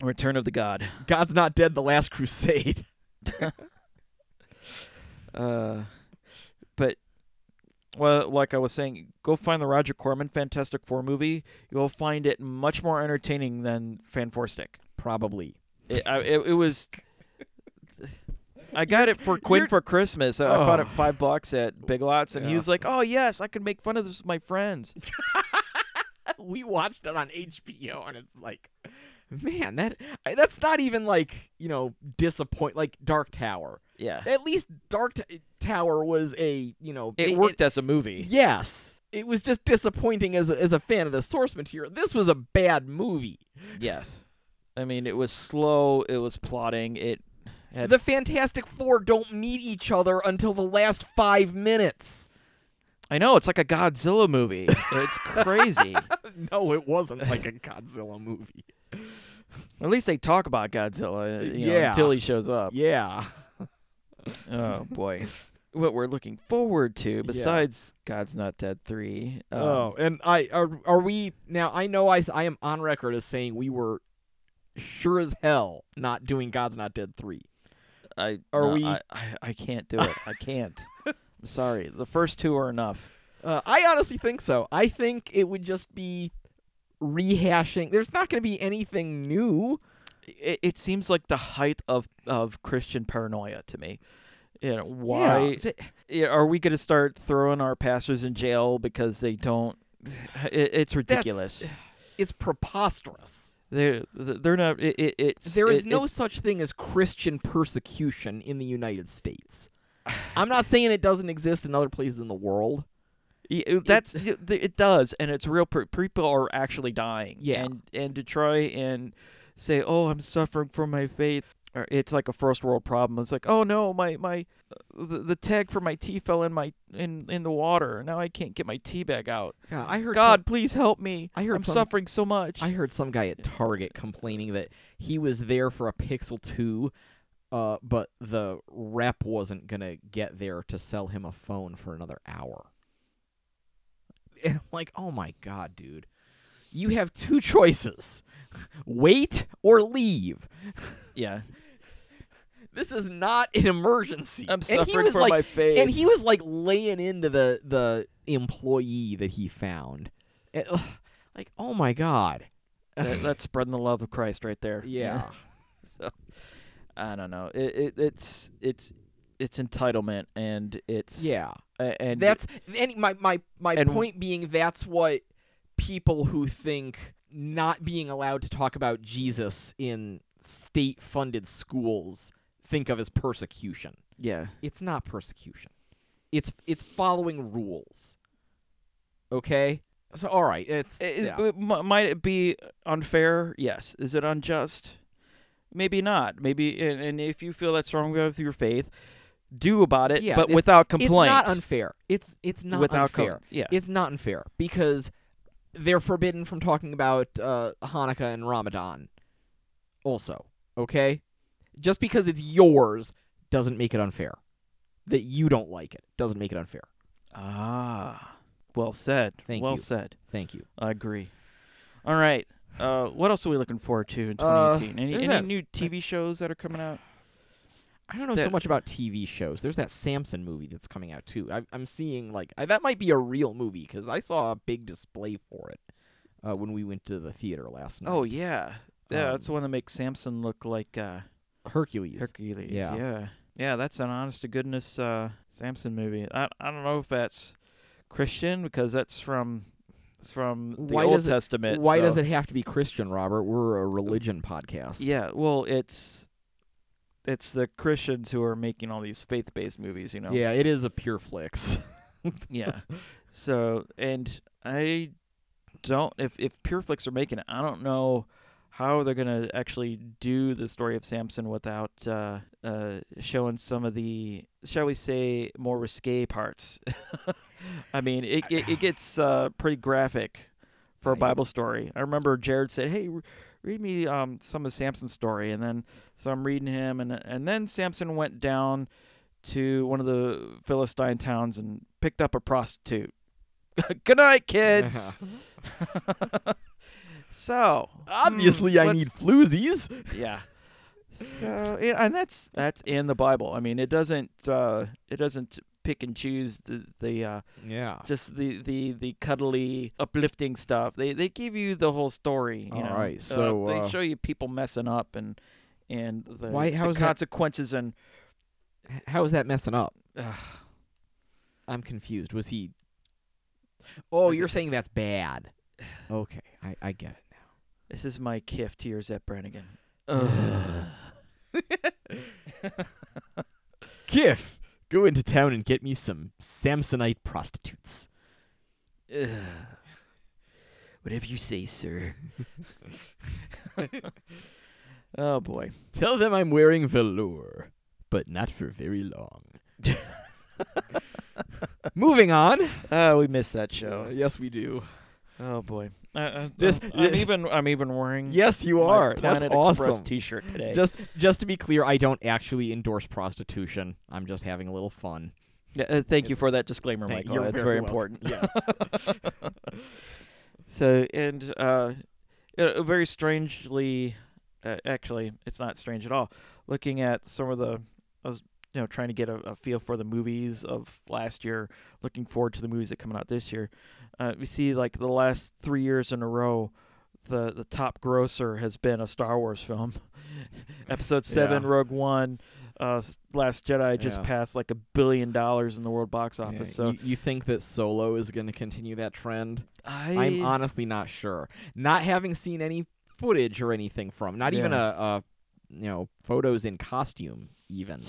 A: Return of the God.
B: God's not dead. The Last Crusade.
A: Uh, but well, like I was saying, go find the Roger Corman Fantastic Four movie. You'll find it much more entertaining than Fan Four Stick.
B: Probably.
A: It, I, it, it was. I got it for Quinn
B: You're-
A: for Christmas. I I found it
B: Oh.
A: five bucks at Big Lots, and he
B: Yeah.
A: was like, "Oh yes, I can make fun of this with my friends."
B: We watched it on HBO, and it's like, man, that I- that's not even like you know disappoint like Dark Tower.
A: Yeah,
B: At least Dark T- Tower was a you know
A: it worked as a movie.
B: yes. It was just disappointing as a, as a fan of the source material. This was a bad movie.
A: Yes, I mean it was slow. It was plotting. It had
B: The Fantastic Four don't meet each other until the last five minutes.
A: I know it's like a Godzilla movie. It's crazy.
B: No, it wasn't like a Godzilla movie.
A: At least they talk about Godzilla, uh, you know,
B: Yeah.
A: until he shows up.
B: Yeah.
A: Oh boy. What we're looking forward to, besides God's Not Dead Three, um,
B: oh, and I are are we now? I know I s- I am on record as saying we were sure as hell not doing God's Not Dead three.
A: I
B: Are
A: no,
B: we-
A: I, I, I can't do it. I can't. I'm sorry. The first two are enough.
B: Uh, I honestly think so. I think it would just be rehashing. There's not going to be anything new.
A: It, it seems like the height of of Christian paranoia to me. You know why?
B: Yeah, th-
A: yeah, Are we going to start throwing our pastors in jail because they don't? It, it's ridiculous.
B: it's preposterous.
A: They they're not. It, it, it's
B: There is
A: it-
B: no
A: it-
B: such thing as Christian persecution in the United States. I'm not saying it doesn't exist in other places in the world.
A: y- it- that's it, it does, and it's real. per- People are actually dying.
B: Yeah.
A: and and to try and say, oh, I'm suffering from my faith. Or it's like a first world problem. It's like, oh no, my my uh, the, the tag for my tea fell in my in in the water. Now I can't get my tea bag out.
B: Yeah, I heard
A: God, please help me.
B: I heard
A: I'm
B: some-
A: suffering so much.
B: I heard some guy at Target complaining that he was there for a Pixel 2, uh, but the rep wasn't going to get there to sell him a phone for another hour. And I'm like, oh my God, dude. You have two choices wait or leave.
A: yeah,
B: This is not an emergency.
A: I'm
B: And he
A: suffering
B: was
A: from
B: like,
A: my faith.
B: and he was like laying into the the employee that he found. And, ugh, like, oh my God.
A: That- that's spreading the love of Christ right there.
B: yeah.
A: so I don't know. It, it it's it's it's entitlement and it's
B: Yeah.
A: a- and
B: that's and my my my
A: and-
B: point being that's what people who think not being allowed to talk about Jesus in state funded schools think of as persecution.
A: yeah.
B: It's not persecution. It's it's following rules. Okay? So all right, it's
A: It-
B: yeah.
A: it- m- might it be unfair? Yes. Is it unjust? Maybe not. Maybe and, and if you feel that's wrong with your faith, do about it,
B: Yeah,
A: but
B: it's-
A: without complaint.
B: It's not unfair. It's it's not
A: without com-
B: unfair.
A: yeah.
B: It's not unfair because they're forbidden from talking about uh, Hanukkah and Ramadan. Also, okay, just because it's yours doesn't make it unfair. That you don't like it doesn't make it unfair.
A: ah. Well said.
B: Thank
A: well
B: you.
A: said.
B: Thank you.
A: I agree. All right. Uh, what else are we looking forward to in
B: Uh,
A: 2018? any
B: there's
A: any
B: that-
A: new TV shows that are coming out?
B: I don't know so
A: That-
B: much about TV shows. There's that Samson movie that's coming out too. I, I'm seeing like I, that might be a real movie because I saw a big display for it uh, when we went to the theater last night.
A: Oh yeah, yeah. that's the
B: Um,
A: one that makes Samson look like uh,
B: Hercules.
A: Hercules.
B: Yeah.
A: yeah, Yeah, That's an honest to goodness uh, Samson movie. I I don't know if that's Christian because that's from it's from the
B: Why
A: Old
B: does it-
A: Testament.
B: Why
A: so-
B: does it have to be Christian, Robert? We're a religion podcast.
A: Yeah, well, it's it's the Christians who are making all these faith-based movies. You know.
B: Yeah, it is a pure flicks.
A: Yeah. So and I don't if if PureFlix are making it, I don't know how they're gonna actually do the story of Samson without uh, uh, showing some of the shall we say more risque parts. I mean, it it, it gets uh, pretty graphic for a
B: I-
A: Bible story. I remember Jared said, "Hey." re- Read me um, some of Samson's story, and then so I'm reading him, and and then Samson went down to one of the Philistine towns and picked up a prostitute. Good night, kids. so
B: Obviously,
A: hmm,
B: I
A: let's-
B: need floozies.
A: yeah. So yeah, and that's that's in the Bible. I mean, it doesn't uh, it doesn't pick and choose the the uh,
B: Yeah.
A: just the, the the cuddly uplifting stuff. They they give you the whole story. You
B: All
A: know,
B: right,
A: Uh,
B: so,
A: they
B: uh,
A: show you people messing up and and the,
B: Why-
A: the
B: how is that-
A: consequences and
B: How is that messing up?
A: uh,
B: I'm confused. Was he? Oh,
A: Okay.
B: you're saying that's bad. Okay, I, I get it
A: this is my gift to your Zep Brannigan.
B: now. Gif, go into town and get me some Samsonite prostitutes.
A: Ugh. Whatever you say, sir. oh boy.
B: Tell them I'm wearing velour, but not for very long. Moving on.
A: Oh, we missed that show.
B: yes, we do.
A: Oh boy. Uh, uh,
B: This-
A: um, I'm
B: this-
A: even I'm even wearing
B: Yes, you
A: my
B: are. That's
A: Planet Express
B: awesome.
A: t-shirt today.
B: Just, just to be clear, I don't actually endorse prostitution. I'm just having a little fun.
A: Yeah, uh, thank you
B: It's-
A: for that disclaimer,
B: Thank-
A: Michael.
B: you're
A: That's very,
B: very welcome.
A: important. So, and uh, uh, very strangely, uh, actually, it's not strange at all. Looking at some of the, I was you know trying to get a, a feel for the movies of last year. Looking forward to the movies that coming out this year. Uh, we see like the last three years in a row, the the top grosser has been a Star Wars film. Episode seven,
B: Yeah.
A: Rogue One, uh, s- Last Jedi just
B: Yeah.
A: passed like a billion dollars in the world box office.
B: Yeah,
A: so
B: you, you think that Solo is going to continue that trend?
A: I,
B: I'm honestly not sure. Not having seen any footage or anything from. Not even a,
A: Yeah.
B: a you know photos in costume. Even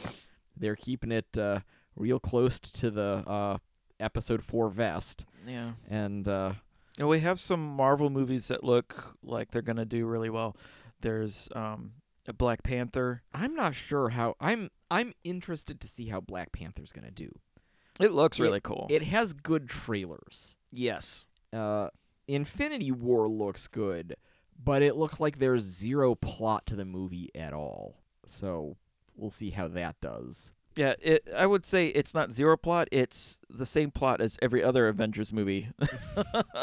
B: they're keeping it uh, real close to the uh, episode four vest,
A: Yeah.
B: and uh,
A: And we have some Marvel movies that look like they're gonna do really well. There's um, a Black Panther.
B: I'm not sure how I'm. I'm interested to see how Black Panther's gonna do.
A: It looks
B: really
A: cool.
B: It has good trailers.
A: yes.
B: Uh, Infinity War looks good, but it looks like there's zero plot to the movie at all. So we'll see how that does.
A: Yeah. It. I would say it's not zero plot. It's the same plot as every other Avengers movie.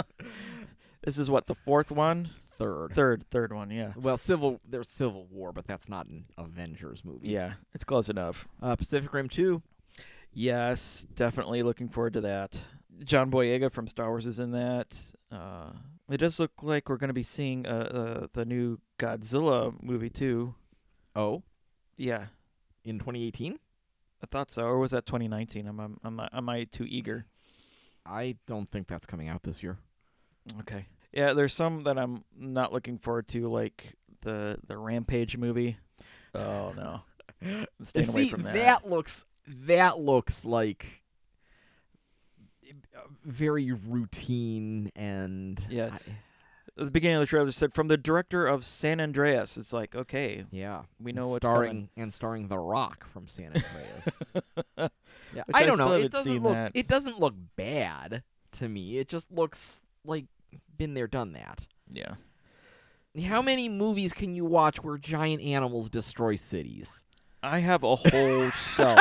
A: this is what the fourth one,
B: Third.
A: third, third one. Yeah.
B: Well, Civil there's Civil War, but that's not an Avengers movie.
A: Yeah. It's close enough.
B: Uh, Pacific Rim 2.
A: Yes. Definitely looking forward to that. John Boyega from Star Wars is in that. Uh, it does look like we're gonna be seeing uh, uh, the new Godzilla movie too.
B: Oh,
A: Yeah.
B: in 2018?
A: I thought so, or was that 2019? I'm, I'm, am I, am I too eager?
B: I don't think that's coming out this year.
A: Okay. Yeah, there's some that I'm not looking forward to, like the the Rampage movie. Oh no, I'm staying away
B: see,
A: from that.
B: looks that looks like uh, very routine and
A: Yeah.
B: I-
A: At the beginning of the trailer said from the director of San Andreas. It's like okay,
B: yeah.
A: we
B: and
A: know what's
B: starring and starring The Rock from San Andreas.
A: coming.
B: yeah,
A: Which
B: I
A: I
B: don't know.
A: still
B: It
A: haven't
B: doesn't
A: seen
B: look
A: that.
B: it doesn't look bad to me. It just looks like been there, done that.
A: yeah,
B: How many movies can you watch where giant animals destroy cities?
A: I have a whole shelf,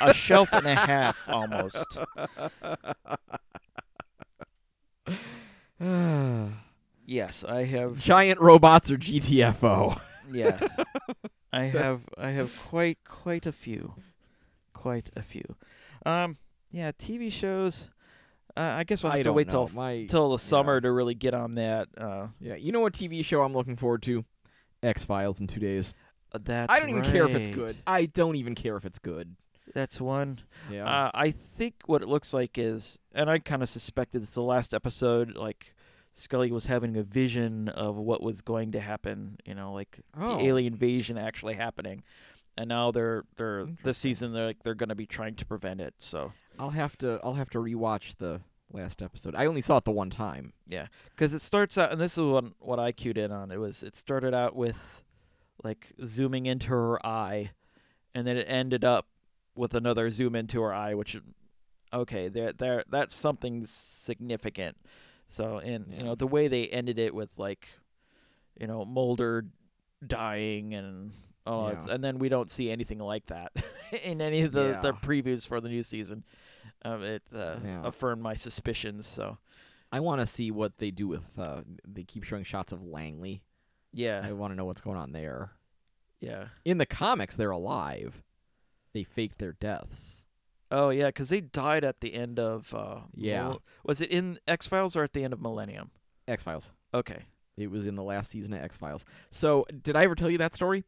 A: a shelf and a half almost. Yes, I have
B: giant robots or GTFO?
A: Yes. I have I have quite quite a few. Quite a few. Um yeah, TV shows uh, I guess we'll have
B: I
A: to
B: don't
A: wait
B: know.
A: till
B: my
A: till the summer to really get on that uh
B: yeah. You know what TV show I'm looking forward to? X Files in two days.
A: that's
B: I don't even care if it's
A: right.
B: good. I don't even care if it's good.
A: That's one.
B: Yeah.
A: Uh, I think what it looks like is, and I kind of suspected this the last episode, like Scully was having a vision of what was going to happen, you know, like
B: Oh.
A: the alien invasion actually happening. And now they're they're this
B: Interesting.
A: season they're like they're going to be trying to prevent it. So
B: I'll have to I'll have to rewatch the last episode. I only saw it the one time.
A: because it starts out, and this is what what I cued in on. It was it started out with like zooming into her eye, and then it ended up with another zoom into her eye, which okay, there there that's something significant. So and
B: Yeah.
A: you know the way they ended it with like, you know Mulder dying and oh it's,
B: Yeah.
A: and then we don't see anything like that in any of the, the
B: Yeah.
A: previews for the new season. Um, it uh,
B: Yeah.
A: affirmed my suspicions. So
B: I want to see what they do with. Uh, they keep showing shots of Langley.
A: yeah,
B: I want to know what's going on there.
A: yeah.
B: In the comics, they're alive. They faked their deaths.
A: Oh yeah, 'cause they died at the end of uh,
B: Yeah.
A: Mil- was it in X Files or at the end of Millennium?
B: X Files.
A: Okay.
B: It was in the last season of X Files. So, did I ever tell you that story?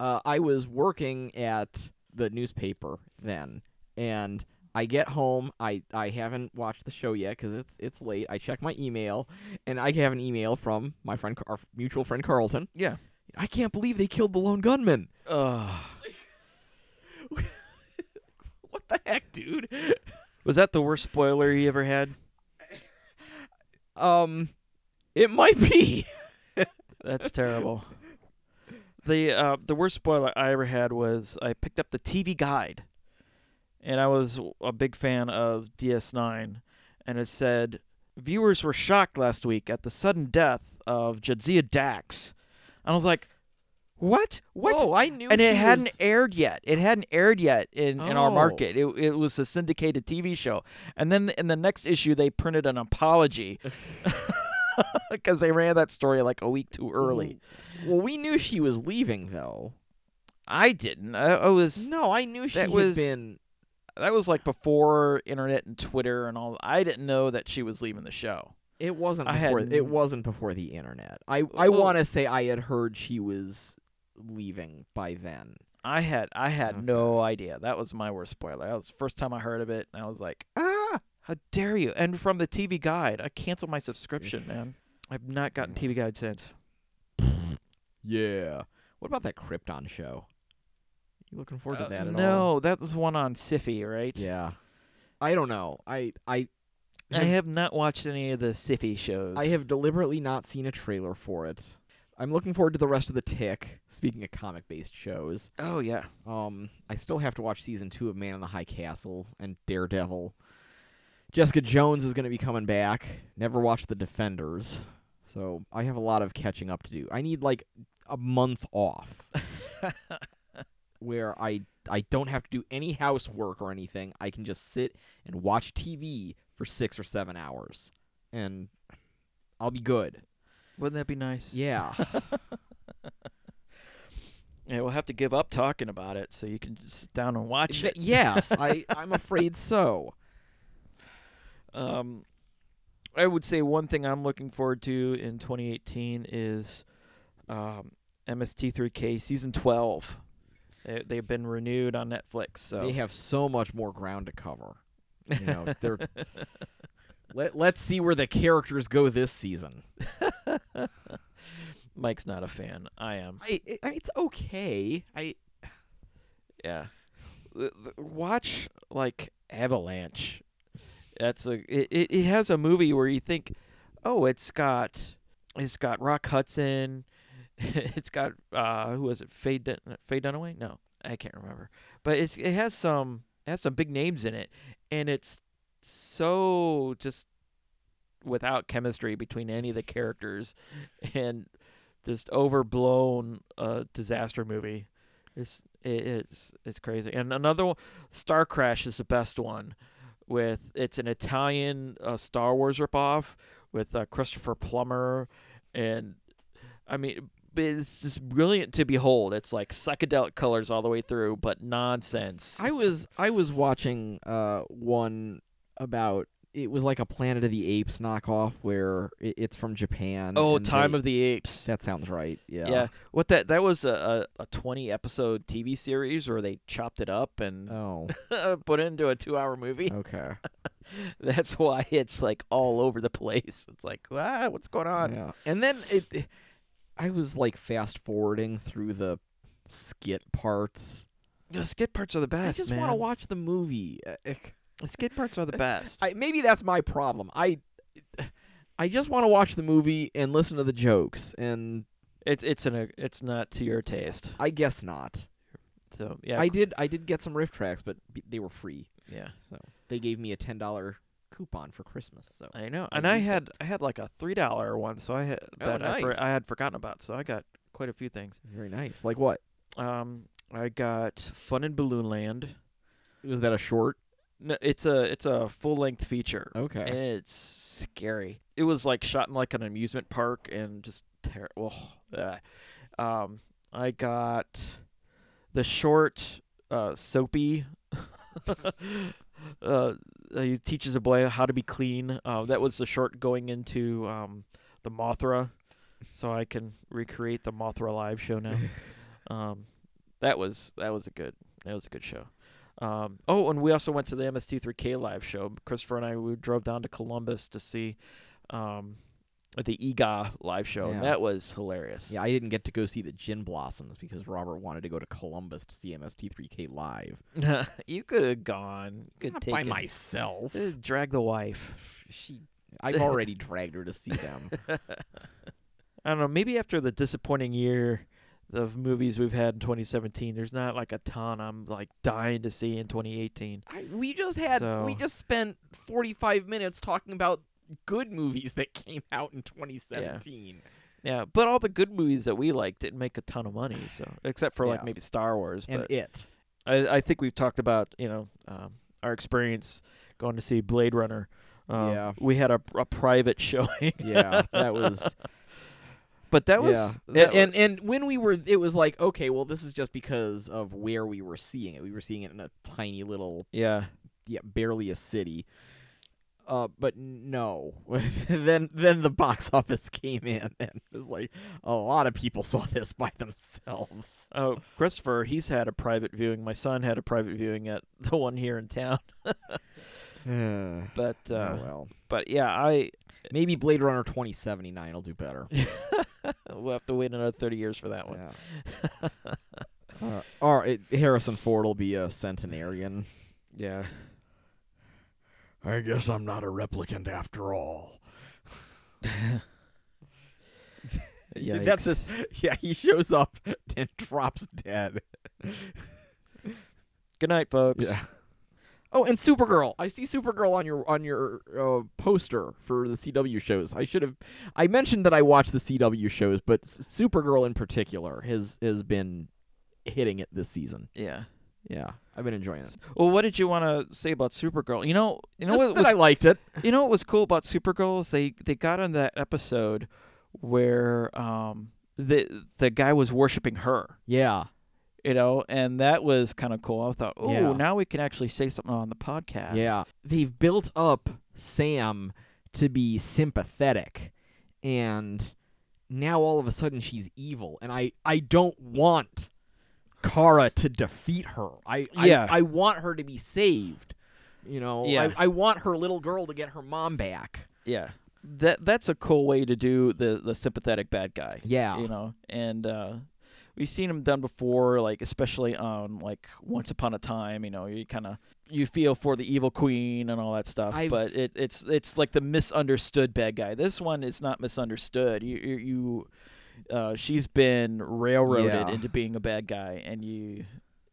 B: Uh, I was working at the newspaper then, and I get home. I, I haven't watched the show yet because it's it's late. I check my email, and I have an email from my friend, Car- our mutual friend Carlton.
A: Yeah.
B: I can't believe they killed the lone gunman.
A: Uh,
B: What the heck, dude?
A: was that the worst spoiler you ever had?
B: Um, it might be.
A: That's terrible. the uh, the worst spoiler I ever had was I picked up the TV guide, and I was a big fan of DS9, and it said viewers were shocked last week at the sudden death of Jadzia Dax, and I was like, what? What?
B: Oh, I knew.
A: and it
B: she
A: hadn't
B: was-
A: aired yet. It hadn't aired yet in, in our
B: Oh.
A: market. It, it was a syndicated TV show, and then in the next issue they printed an apology because they ran that story like a week too
B: Mm.
A: early.
B: Well, we knew she was leaving though.
A: I didn't. I, I was
B: No, I knew she
A: That
B: had
A: was-
B: been.
A: that was like before internet and Twitter and all. I didn't know that she was leaving the show.
B: It wasn't
A: I had
B: before.
A: n-
B: It wasn't before the internet. I I
A: Well-
B: want to say I had heard she was leaving by then.
A: I had I had
B: Okay.
A: no idea. That was my worst spoiler. That was the first time I heard of it, and I was like, ah, how dare you! And from the TV Guide, I canceled my subscription, man. I've not gotten TV Guide since.
B: Yeah. What about that Krypton show? You looking forward
A: Uh,
B: to that at all?
A: no, that was one on Syfy, right?
B: Yeah. I don't know. I I
A: I have not watched any of the Syfy shows.
B: I have deliberately not seen a trailer for it. I'm looking forward to the rest of the Tick. Speaking of comic-based shows,
A: Oh yeah.
B: um, I still have to watch season two of Man in the High Castle and Daredevil. Jessica Jones is going to be coming back. Never watched The Defenders, so I have a lot of catching up to do. I need like a month off where I I don't have to do any housework or anything. I can just sit and watch TV for six or seven hours, and I'll be good.
A: Wouldn't that be nice?
B: Yeah.
A: Yeah, we'll have to give up talking about it so you can just sit down and watch
B: Th-
A: it.
B: yes, I I'm afraid so. e-
A: Um, I would say one thing I'm looking forward to in 2018 is um, MST3K season 12. They, they've been renewed on Netflix. So
B: They have so much more ground to cover. You know, they're let let's see where the characters go this season.
A: Mike's not a fan. I am.
B: I, I- I mean, it's okay. I
A: Yeah. Th- th- Watch like Avalanche. That's a it, it, it has a movie where you think, oh, it's got it's got Rock Hudson, it's got uh who was it Faye Dun- Faye Dunaway? No, I can't remember. But it's it has some it has some big names in it, and it's so just without chemistry between any of the characters, and just overblown uh disaster movie. It's it, it's it's crazy. And another one, Star Crash is the best one. With it's an Italian uh, Star Wars ripoff with uh, Christopher Plummer, and I mean but it's just brilliant to behold. It's like psychedelic colors all the way through, but nonsense.
B: I was I was watching uh one about it was like a Planet of the Apes knockoff where it, it's from Japan.
A: oh,
B: and
A: Time
B: they-
A: of the Apes.
B: that sounds right. Yeah.
A: yeah, what that that was a, a, a twenty episode TV series where they chopped it up and
B: Oh,
A: put it into a two hour movie.
B: okay.
A: That's why it's like all over the place. It's like, ah, what's going on?
B: yeah. Uh, And then it, I was like fast forwarding through the skit parts.
A: The skit parts are the best.
B: I just
A: man.
B: want to watch the movie. Uh, ick.
A: The skit parts are the best.
B: I, maybe that's my problem. I, I just want to watch the movie and listen to the jokes, and
A: It's it's an it's not to your taste.
B: I guess not.
A: So yeah,
B: I
A: c-
B: did I did get some riff tracks, but b- they were free.
A: yeah.
B: So they gave me a ten dollar coupon for Christmas. So
A: I know,
B: I
A: and I
B: used it.
A: had I had like a three dollar one, so I had
B: Oh,
A: that I, for,
B: nice.
A: I had forgotten about. So I got quite a few things.
B: very nice. Like what?
A: Um, I got Fun in Balloon Land.
B: Was that a short?
A: No, it's a it's a full length feature.
B: Okay.
A: And it's scary. It was like shot in like an amusement park and just terrible. Um, I got the short uh, soapy. uh, he teaches a boy how to be clean. Uh, that was the short going into um, the Mothra, so I can recreate the Mothra live show now. um, that was that was a good that was a good show. Um, oh, and we also went to the MST3K live show. Christopher and I we drove down to Columbus to see um, the EGA live show,
B: Yeah.
A: and that was hilarious.
B: Yeah, I didn't get to go see the Gin Blossoms because Robert wanted to go to Columbus to see MST3K live.
A: you could have gone. You could
B: Not
A: take
B: by
A: it.
B: myself.
A: Uh, Drag the wife.
B: She, I've already dragged her to see them.
A: I don't know. Maybe after the disappointing year of movies we've had in 2017, there's not like a ton I'm like dying to see in 2018.
B: I, we just had, we
A: So-
B: just spent 45 minutes talking about good movies that came out in 2017.
A: Yeah, but all the good movies that we liked didn't make a ton of money. So except for like
B: Yeah.
A: maybe Star Wars,
B: And
A: but
B: it.
A: I, I think we've talked about you know um, our experience going to see Blade Runner. Um,
B: Yeah.
A: we had a, a private showing,
B: Yeah, that was.
A: but that was
B: yeah.
A: that
B: and, and and when we were, it was like, okay, well, this is just because of where we were seeing it. We were seeing it in a tiny little
A: yeah.
B: yeah, barely a city. Uh, but no. then then the box office came in and it was like a lot of people saw this by themselves.
A: Oh, Christopher, he's had a private viewing. My son had a private viewing at the one here in town.
B: oh,
A: But uh,
B: well.
A: but yeah, I
B: Maybe Blade Runner 2079 will do better.
A: we'll have to wait another 30 years for that one.
B: Yeah. Uh, all right, Harrison Ford will be a centenarian.
A: Yeah.
B: I guess I'm not a replicant after all. That's a, yeah. He shows up and drops dead.
A: Good night, folks.
B: Oh, and Supergirl. I see Supergirl on your on your uh, poster for the CW shows. I should have. I mentioned that I watch the CW shows, but S- Supergirl in particular has has been hitting it this season.
A: Yeah.
B: Yeah, I've been enjoying it.
A: Well, what did you want to say about Supergirl? You know, you know
B: Just
A: what
B: that
A: was
B: I liked it.
A: you know what was cool about Supergirl is they they got on that episode where um the the guy was worshiping her,
B: Yeah.
A: you know, and that was kind of cool. I thought, oh,
B: Yeah.
A: now we can actually say something on the podcast.
B: Yeah. They've built up Sam to be sympathetic and now all of a sudden she's evil and I I don't want Kara to defeat her. I
A: Yeah.
B: I, I want her to be saved. You know,
A: Yeah.
B: I, I want her little girl to get her mom back.
A: yeah. That that's a cool way to do the the sympathetic bad guy.
B: Yeah.
A: you know and uh we've seen him done before like especially on like once upon a time you know you kind of you feel for the evil queen and all that stuff
B: I've-
A: but it, it's it's like the misunderstood bad guy this one is not misunderstood you you, you uh, she's been railroaded
B: Yeah.
A: into being a bad guy and you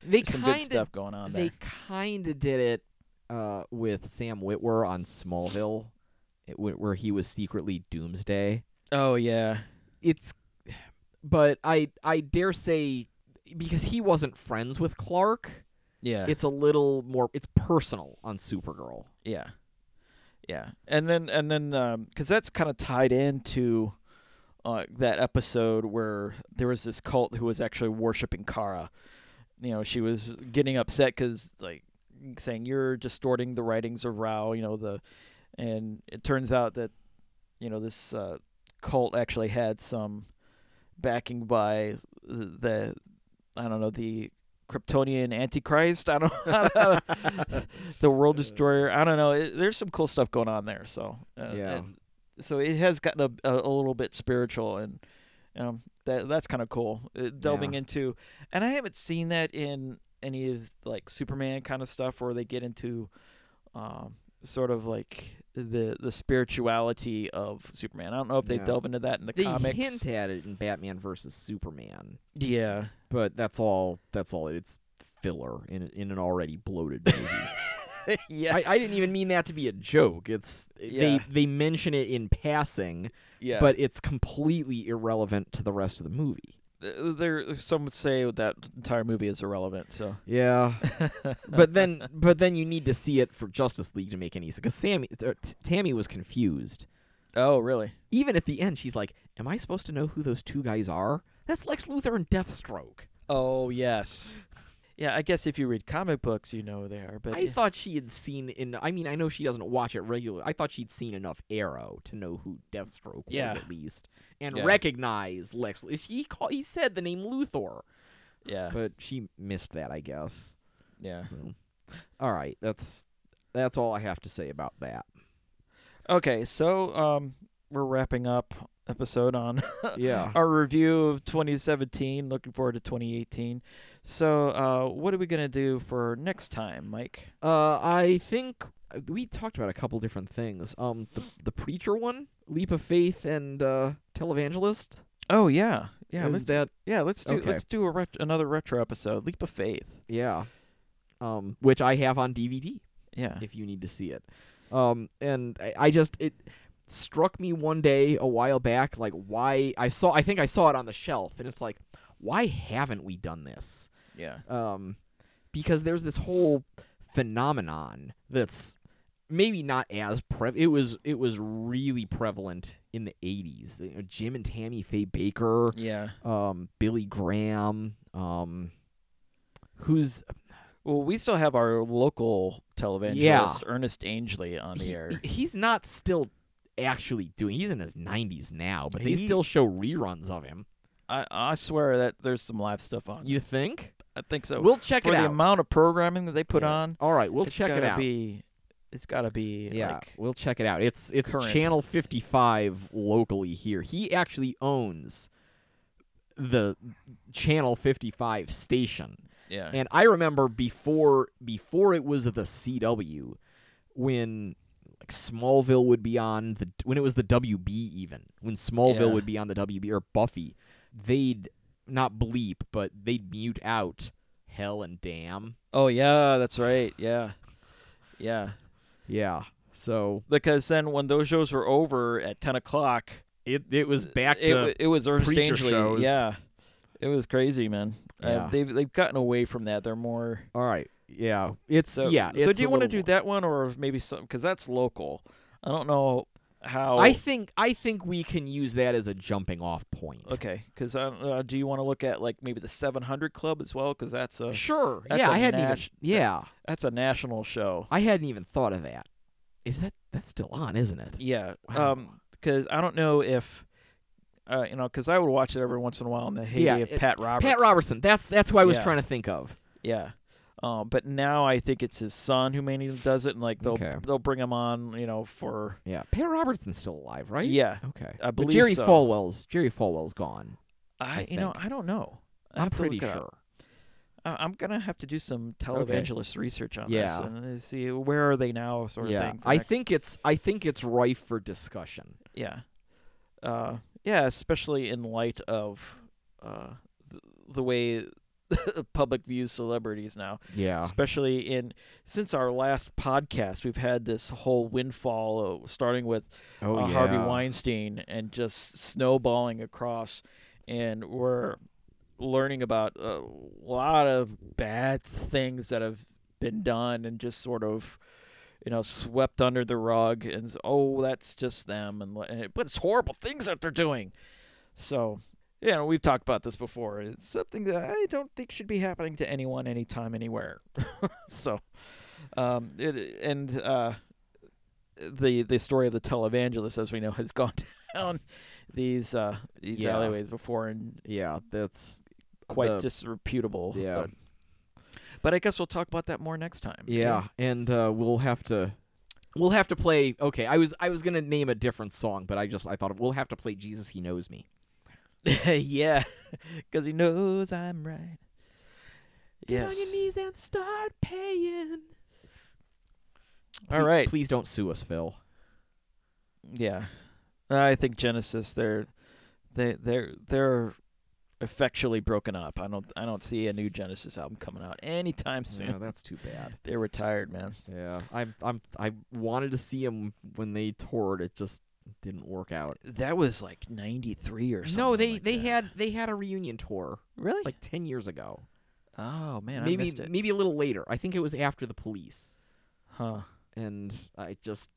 B: They
A: there's some
B: kinda,
A: good stuff going on
B: They
A: there
B: kind of did it uh, with Sam Witwer on Smallville it, wh- where he was secretly Doomsday.
A: oh yeah
B: it's but i i dare say because he wasn't friends with clark
A: yeah
B: it's a little more it's personal on supergirl
A: Yeah, yeah, and then and then because that's kind of tied into uh, that episode where there was this cult who was actually worshiping Kara. You know, she was getting upset because like saying you're distorting the writings of Rao. You know the, and it turns out that you know this uh, cult actually had some backing by the I don't know the Kryptonian Antichrist. I don't. I don't the World Destroyer. I don't know. It, there's some cool stuff going on there. So uh,
B: Yeah.
A: and- so it has gotten a, a, a little bit spiritual and um that that's kind of cool uh, delving into. And I haven't seen that in any of like Superman kind of stuff where they get into um sort of like the the spirituality of Superman. I don't know if they
B: Yeah.
A: delve into that in the
B: they
A: comics.
B: hint at it in batman versus superman
A: yeah.
B: but that's all that's all it's filler in in an already bloated movie
A: yeah.
B: I, I didn't even mean that to be a joke it's they
A: Yeah.
B: they mention it in passing
A: yeah.
B: but it's completely irrelevant to the rest of the movie
A: Th- there some would say that entire movie is irrelevant. So
B: yeah but then but then you need to see it for Justice League to make any sense because Sammy er, T- Tammy was confused.
A: Oh, really?
B: Even at the end, she's like, "Am I supposed to know who those two guys are?" That's Lex Luthor and Deathstroke.
A: Oh yes. Yeah, I guess if you read comic books, you know who they are. But
B: I thought she had seen in. I mean, I know she doesn't watch it regularly. I thought she'd seen enough Arrow to know who Deathstroke
A: Yeah.
B: was at least, and
A: Yeah.
B: recognize Lex. Lu- He call, he said the name Luthor,
A: yeah,
B: but she missed that, I guess.
A: yeah.
B: So, All right, that's that's all I have to say about that.
A: Okay, so um, we're wrapping up episode on
B: Yeah.
A: our review of 2017. Looking forward to 2018. So, uh, what are we gonna do for next time, Mike?
B: Uh, I think uh, we talked about a couple different things. Um, the, the preacher one, leap of faith, and uh, televangelist.
A: Oh yeah, yeah.
B: Is
A: Let's
B: that
A: yeah, let's do
B: okay.
A: let's do a ret- another retro episode, Leap of Faith.
B: yeah. Um, which I have on DVD
A: Yeah,
B: if you need to see it. Um, and I, I just it struck me one day a while back, like why I saw I think I saw it on the shelf, and it's like, why haven't we done this?
A: yeah,
B: um, because there's this whole phenomenon that's maybe not as pre. It was it was really prevalent in the '80s. You know, Jim and Tammy Faye Baker,
A: yeah.
B: um, Billy Graham, um, who's
A: Well, we still have our local televangelist Ernest Ainsley on the
B: he-
A: air.
B: he's not still actually doing. He's in his 90s now, but they
A: He-
B: still show reruns of him.
A: I I swear that there's some live stuff on.
B: You think?
A: I think so.
B: We'll check
A: for
B: it
A: the
B: out.
A: amount of programming that they put
B: Yeah.
A: on,
B: All right, we'll
A: it's
B: check it
A: gotta
B: out.
A: Be It's got to be
B: Yeah,
A: like
B: we'll check it out. It's it's
A: current.
B: channel 55 locally here. He actually owns the channel 55 station.
A: yeah.
B: And I remember before before it was the CW, when like Smallville would be on the when it was the WB even when Smallville
A: Yeah.
B: would be on the WB or Buffy, they'd not bleep but they'd mute out hell and damn.
A: oh yeah, that's right. Yeah. Yeah.
B: Yeah. So
A: Because then when those shows were over at 10 o'clock,
B: it it was back
A: it,
B: to
A: wa- it was Ernest
B: preacher
A: Angley.
B: shows.
A: Yeah. It was crazy, man.
B: Yeah.
A: Uh, they've they've gotten away from that. They're more
B: all right. Yeah. It's
A: so
B: yeah.
A: So
B: it's
A: do you
B: a
A: want to
B: little-
A: do that one or maybe something because that's local. I don't know how.
B: I think I think we can use that as a jumping off point.
A: okay because I don't know. Do you want to look at like maybe the 700 Club as well? Because that's a
B: Sure.
A: That's
B: yeah,
A: a
B: I hadn't
A: nash-
B: even Yeah.
A: that's a national show.
B: I hadn't even thought of that. Is that that's still on, isn't it?
A: Yeah.
B: Wow.
A: Um, because I don't know if, uh, you know, because I would watch it every once in a while in the heyday
B: Yeah,
A: of
B: it-
A: Pat Roberts.
B: Pat Robertson. That's that's what I was
A: Yeah.
B: trying to think of.
A: Yeah. Um, but now I think it's his son who mainly does it, and like they'll
B: Okay.
A: they'll bring him on, you know, for
B: Yeah. Pat Robertson's still alive, right?
A: yeah.
B: Okay.
A: I
B: But
A: believe
B: Jerry
A: so.
B: Falwell's Jerry Falwell's gone.
A: I,
B: I
A: you know
B: think.
A: I don't know. I
B: I'm
A: have to
B: pretty
A: look it up.
B: sure.
A: I- I'm gonna have to do some televangelist research on
B: Yeah.
A: this and uh, see where are they now, sort
B: yeah.
A: of thing. for
B: I
A: next-
B: think it's I think it's rife for discussion.
A: yeah, uh, yeah, especially in light of uh, th- the way public views celebrities now,
B: Yeah.
A: especially in since our last podcast, we've had this whole windfall, uh, starting with
B: Oh
A: uh, Harvey Weinstein and just snowballing across, and we're learning about a lot of bad things that have been done and just sort of you know swept under the rug and s- oh that's just them and, li- and it, but it's horrible things that they're doing so yeah we've talked about this before it's something that i don't think should be happening to anyone anytime anywhere so um it and uh the the story of the televangelist, as we know, has gone down these uh, these
B: Yeah.
A: alleyways before and
B: Yeah, that's
A: quite
B: the-
A: disreputable.
B: yeah.
A: But, but I guess we'll talk about that more next time.
B: Yeah, and uh, we'll have to we'll have to play. Okay, I was I was gonna name a different song, but I just I thought of, we'll have to play Jesus He Knows Me.
A: yeah. Because he knows I'm right. yes.
B: knees and start paying.
A: All right.
B: Please don't sue us, Phil.
A: Yeah. I think Genesis they're they they're they're effectually broken up. I don't I don't see a new Genesis album coming out anytime soon.
B: Yeah, that's too bad.
A: They're retired, man.
B: Yeah, I'm I'm I wanted to see him when they toured. It just didn't work out.
A: That was like ninety three or something.
B: No, they
A: like
B: they
A: that.
B: had they had a reunion tour
A: really
B: like ten years ago.
A: Oh man, I
B: maybe
A: missed it.
B: maybe a little later. I think it was after the police.
A: Huh.
B: and I just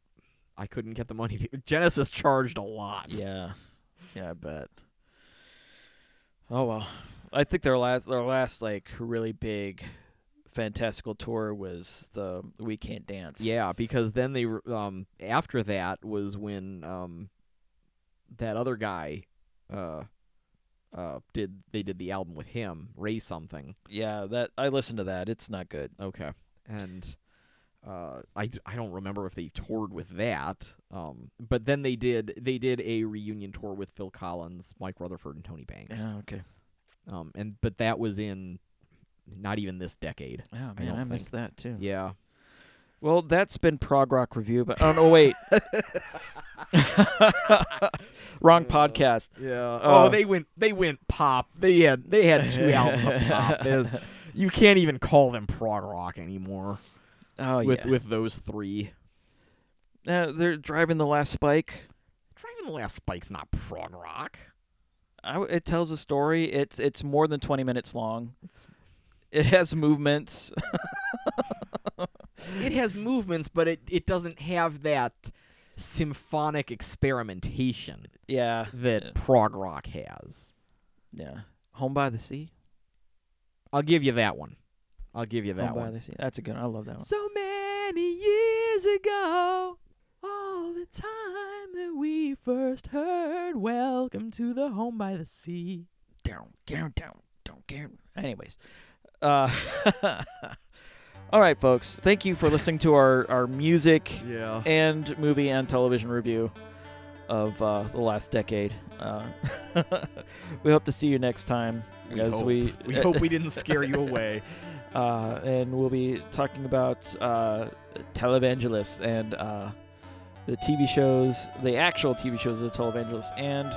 B: I couldn't get the money. To, Genesis charged a lot.
A: Yeah. Yeah, I bet. Oh well. I think their last their last like really big fantastical tour was the We Can't Dance.
B: Yeah, because then they re- um after that was when um that other guy uh uh did they did the album with him, Ray something.
A: Yeah, that I listened to that. It's not good.
B: Okay. And uh I, d- I don't remember if they toured with that. Um but then they did they did a reunion tour with Phil Collins, Mike Rutherford and Tony Banks.
A: Yeah, okay.
B: Um and but that was in not even this decade.
A: Oh man,
B: don't
A: I, missed that too.
B: Yeah.
A: Well, that's been Prog Rock Review, but oh no wait. Wrong
B: Yeah.
A: podcast.
B: Yeah. Oh,
A: Uh,
B: they went. They went pop. They had. They had two albums of pop. There's- You can't even call them prog rock anymore.
A: oh
B: with
A: yeah.
B: with those three.
A: Uh, they're driving the last spike.
B: Driving the Last Spike's not prog rock.
A: I w it tells a story. It's it's more than twenty minutes long.
B: It's-
A: It has movements.
B: It has movements, but it it doesn't have that symphonic experimentation
A: yeah,
B: that
A: Yeah.
B: prog rock has.
A: yeah. Home by the Sea.
B: I'll give you that one. I'll give you that
A: Home by
B: one.
A: the Sea. That's a good. One. I love that one.
B: So many years ago, all the time that we first heard, Welcome to the Home by the Sea.
A: Down, down, down, down, down. Anyways, uh, All right, folks. Thank you for listening to our, our music
B: Yeah.
A: and movie and television review of uh, the last decade. Uh, we hope to see you next time
B: We
A: as
B: hope.
A: we
B: we hope we didn't scare you away.
A: uh, and we'll be talking about uh, televangelists and uh, the TV shows, the actual TV shows of televangelists, and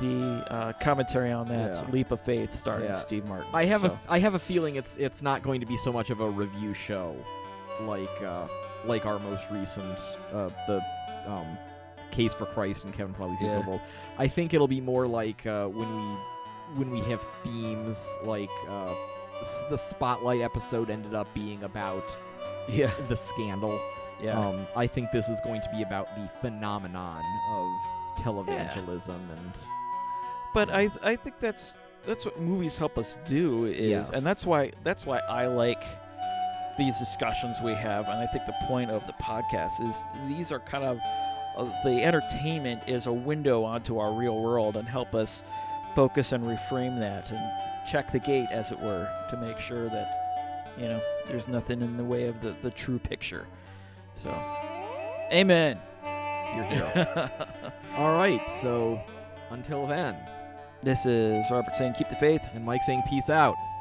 A: the uh, commentary on that
B: Yeah.
A: leap of faith starring
B: Yeah.
A: Steve Martin.
B: I have a
A: So,
B: f- I have a feeling it's it's not going to be so much of a review show, like uh, like our most recent uh, the um, Case for Christ and Kevin Probably Saves
A: Yeah.
B: the World. I think it'll be more like uh, when we when we have themes like uh, s- the Spotlight episode ended up being about
A: yeah, Oh,
B: the scandal.
A: yeah.
B: Um, I think this is going to be about the phenomenon of televangelism and
A: But I th- I think that's that's what movies help us do is,
B: Yes.
A: and that's why that's why I like these discussions we have, and I think the point of the podcast is these are kind of uh, the entertainment is a window onto our real world and help us focus and reframe that and check the gate, as it were, to make sure that you know there's nothing in the way of the the true picture. So, amen.
B: here here. All right, so until then,
A: this is Robert saying, "Keep the faith."
B: and Mike saying peace out.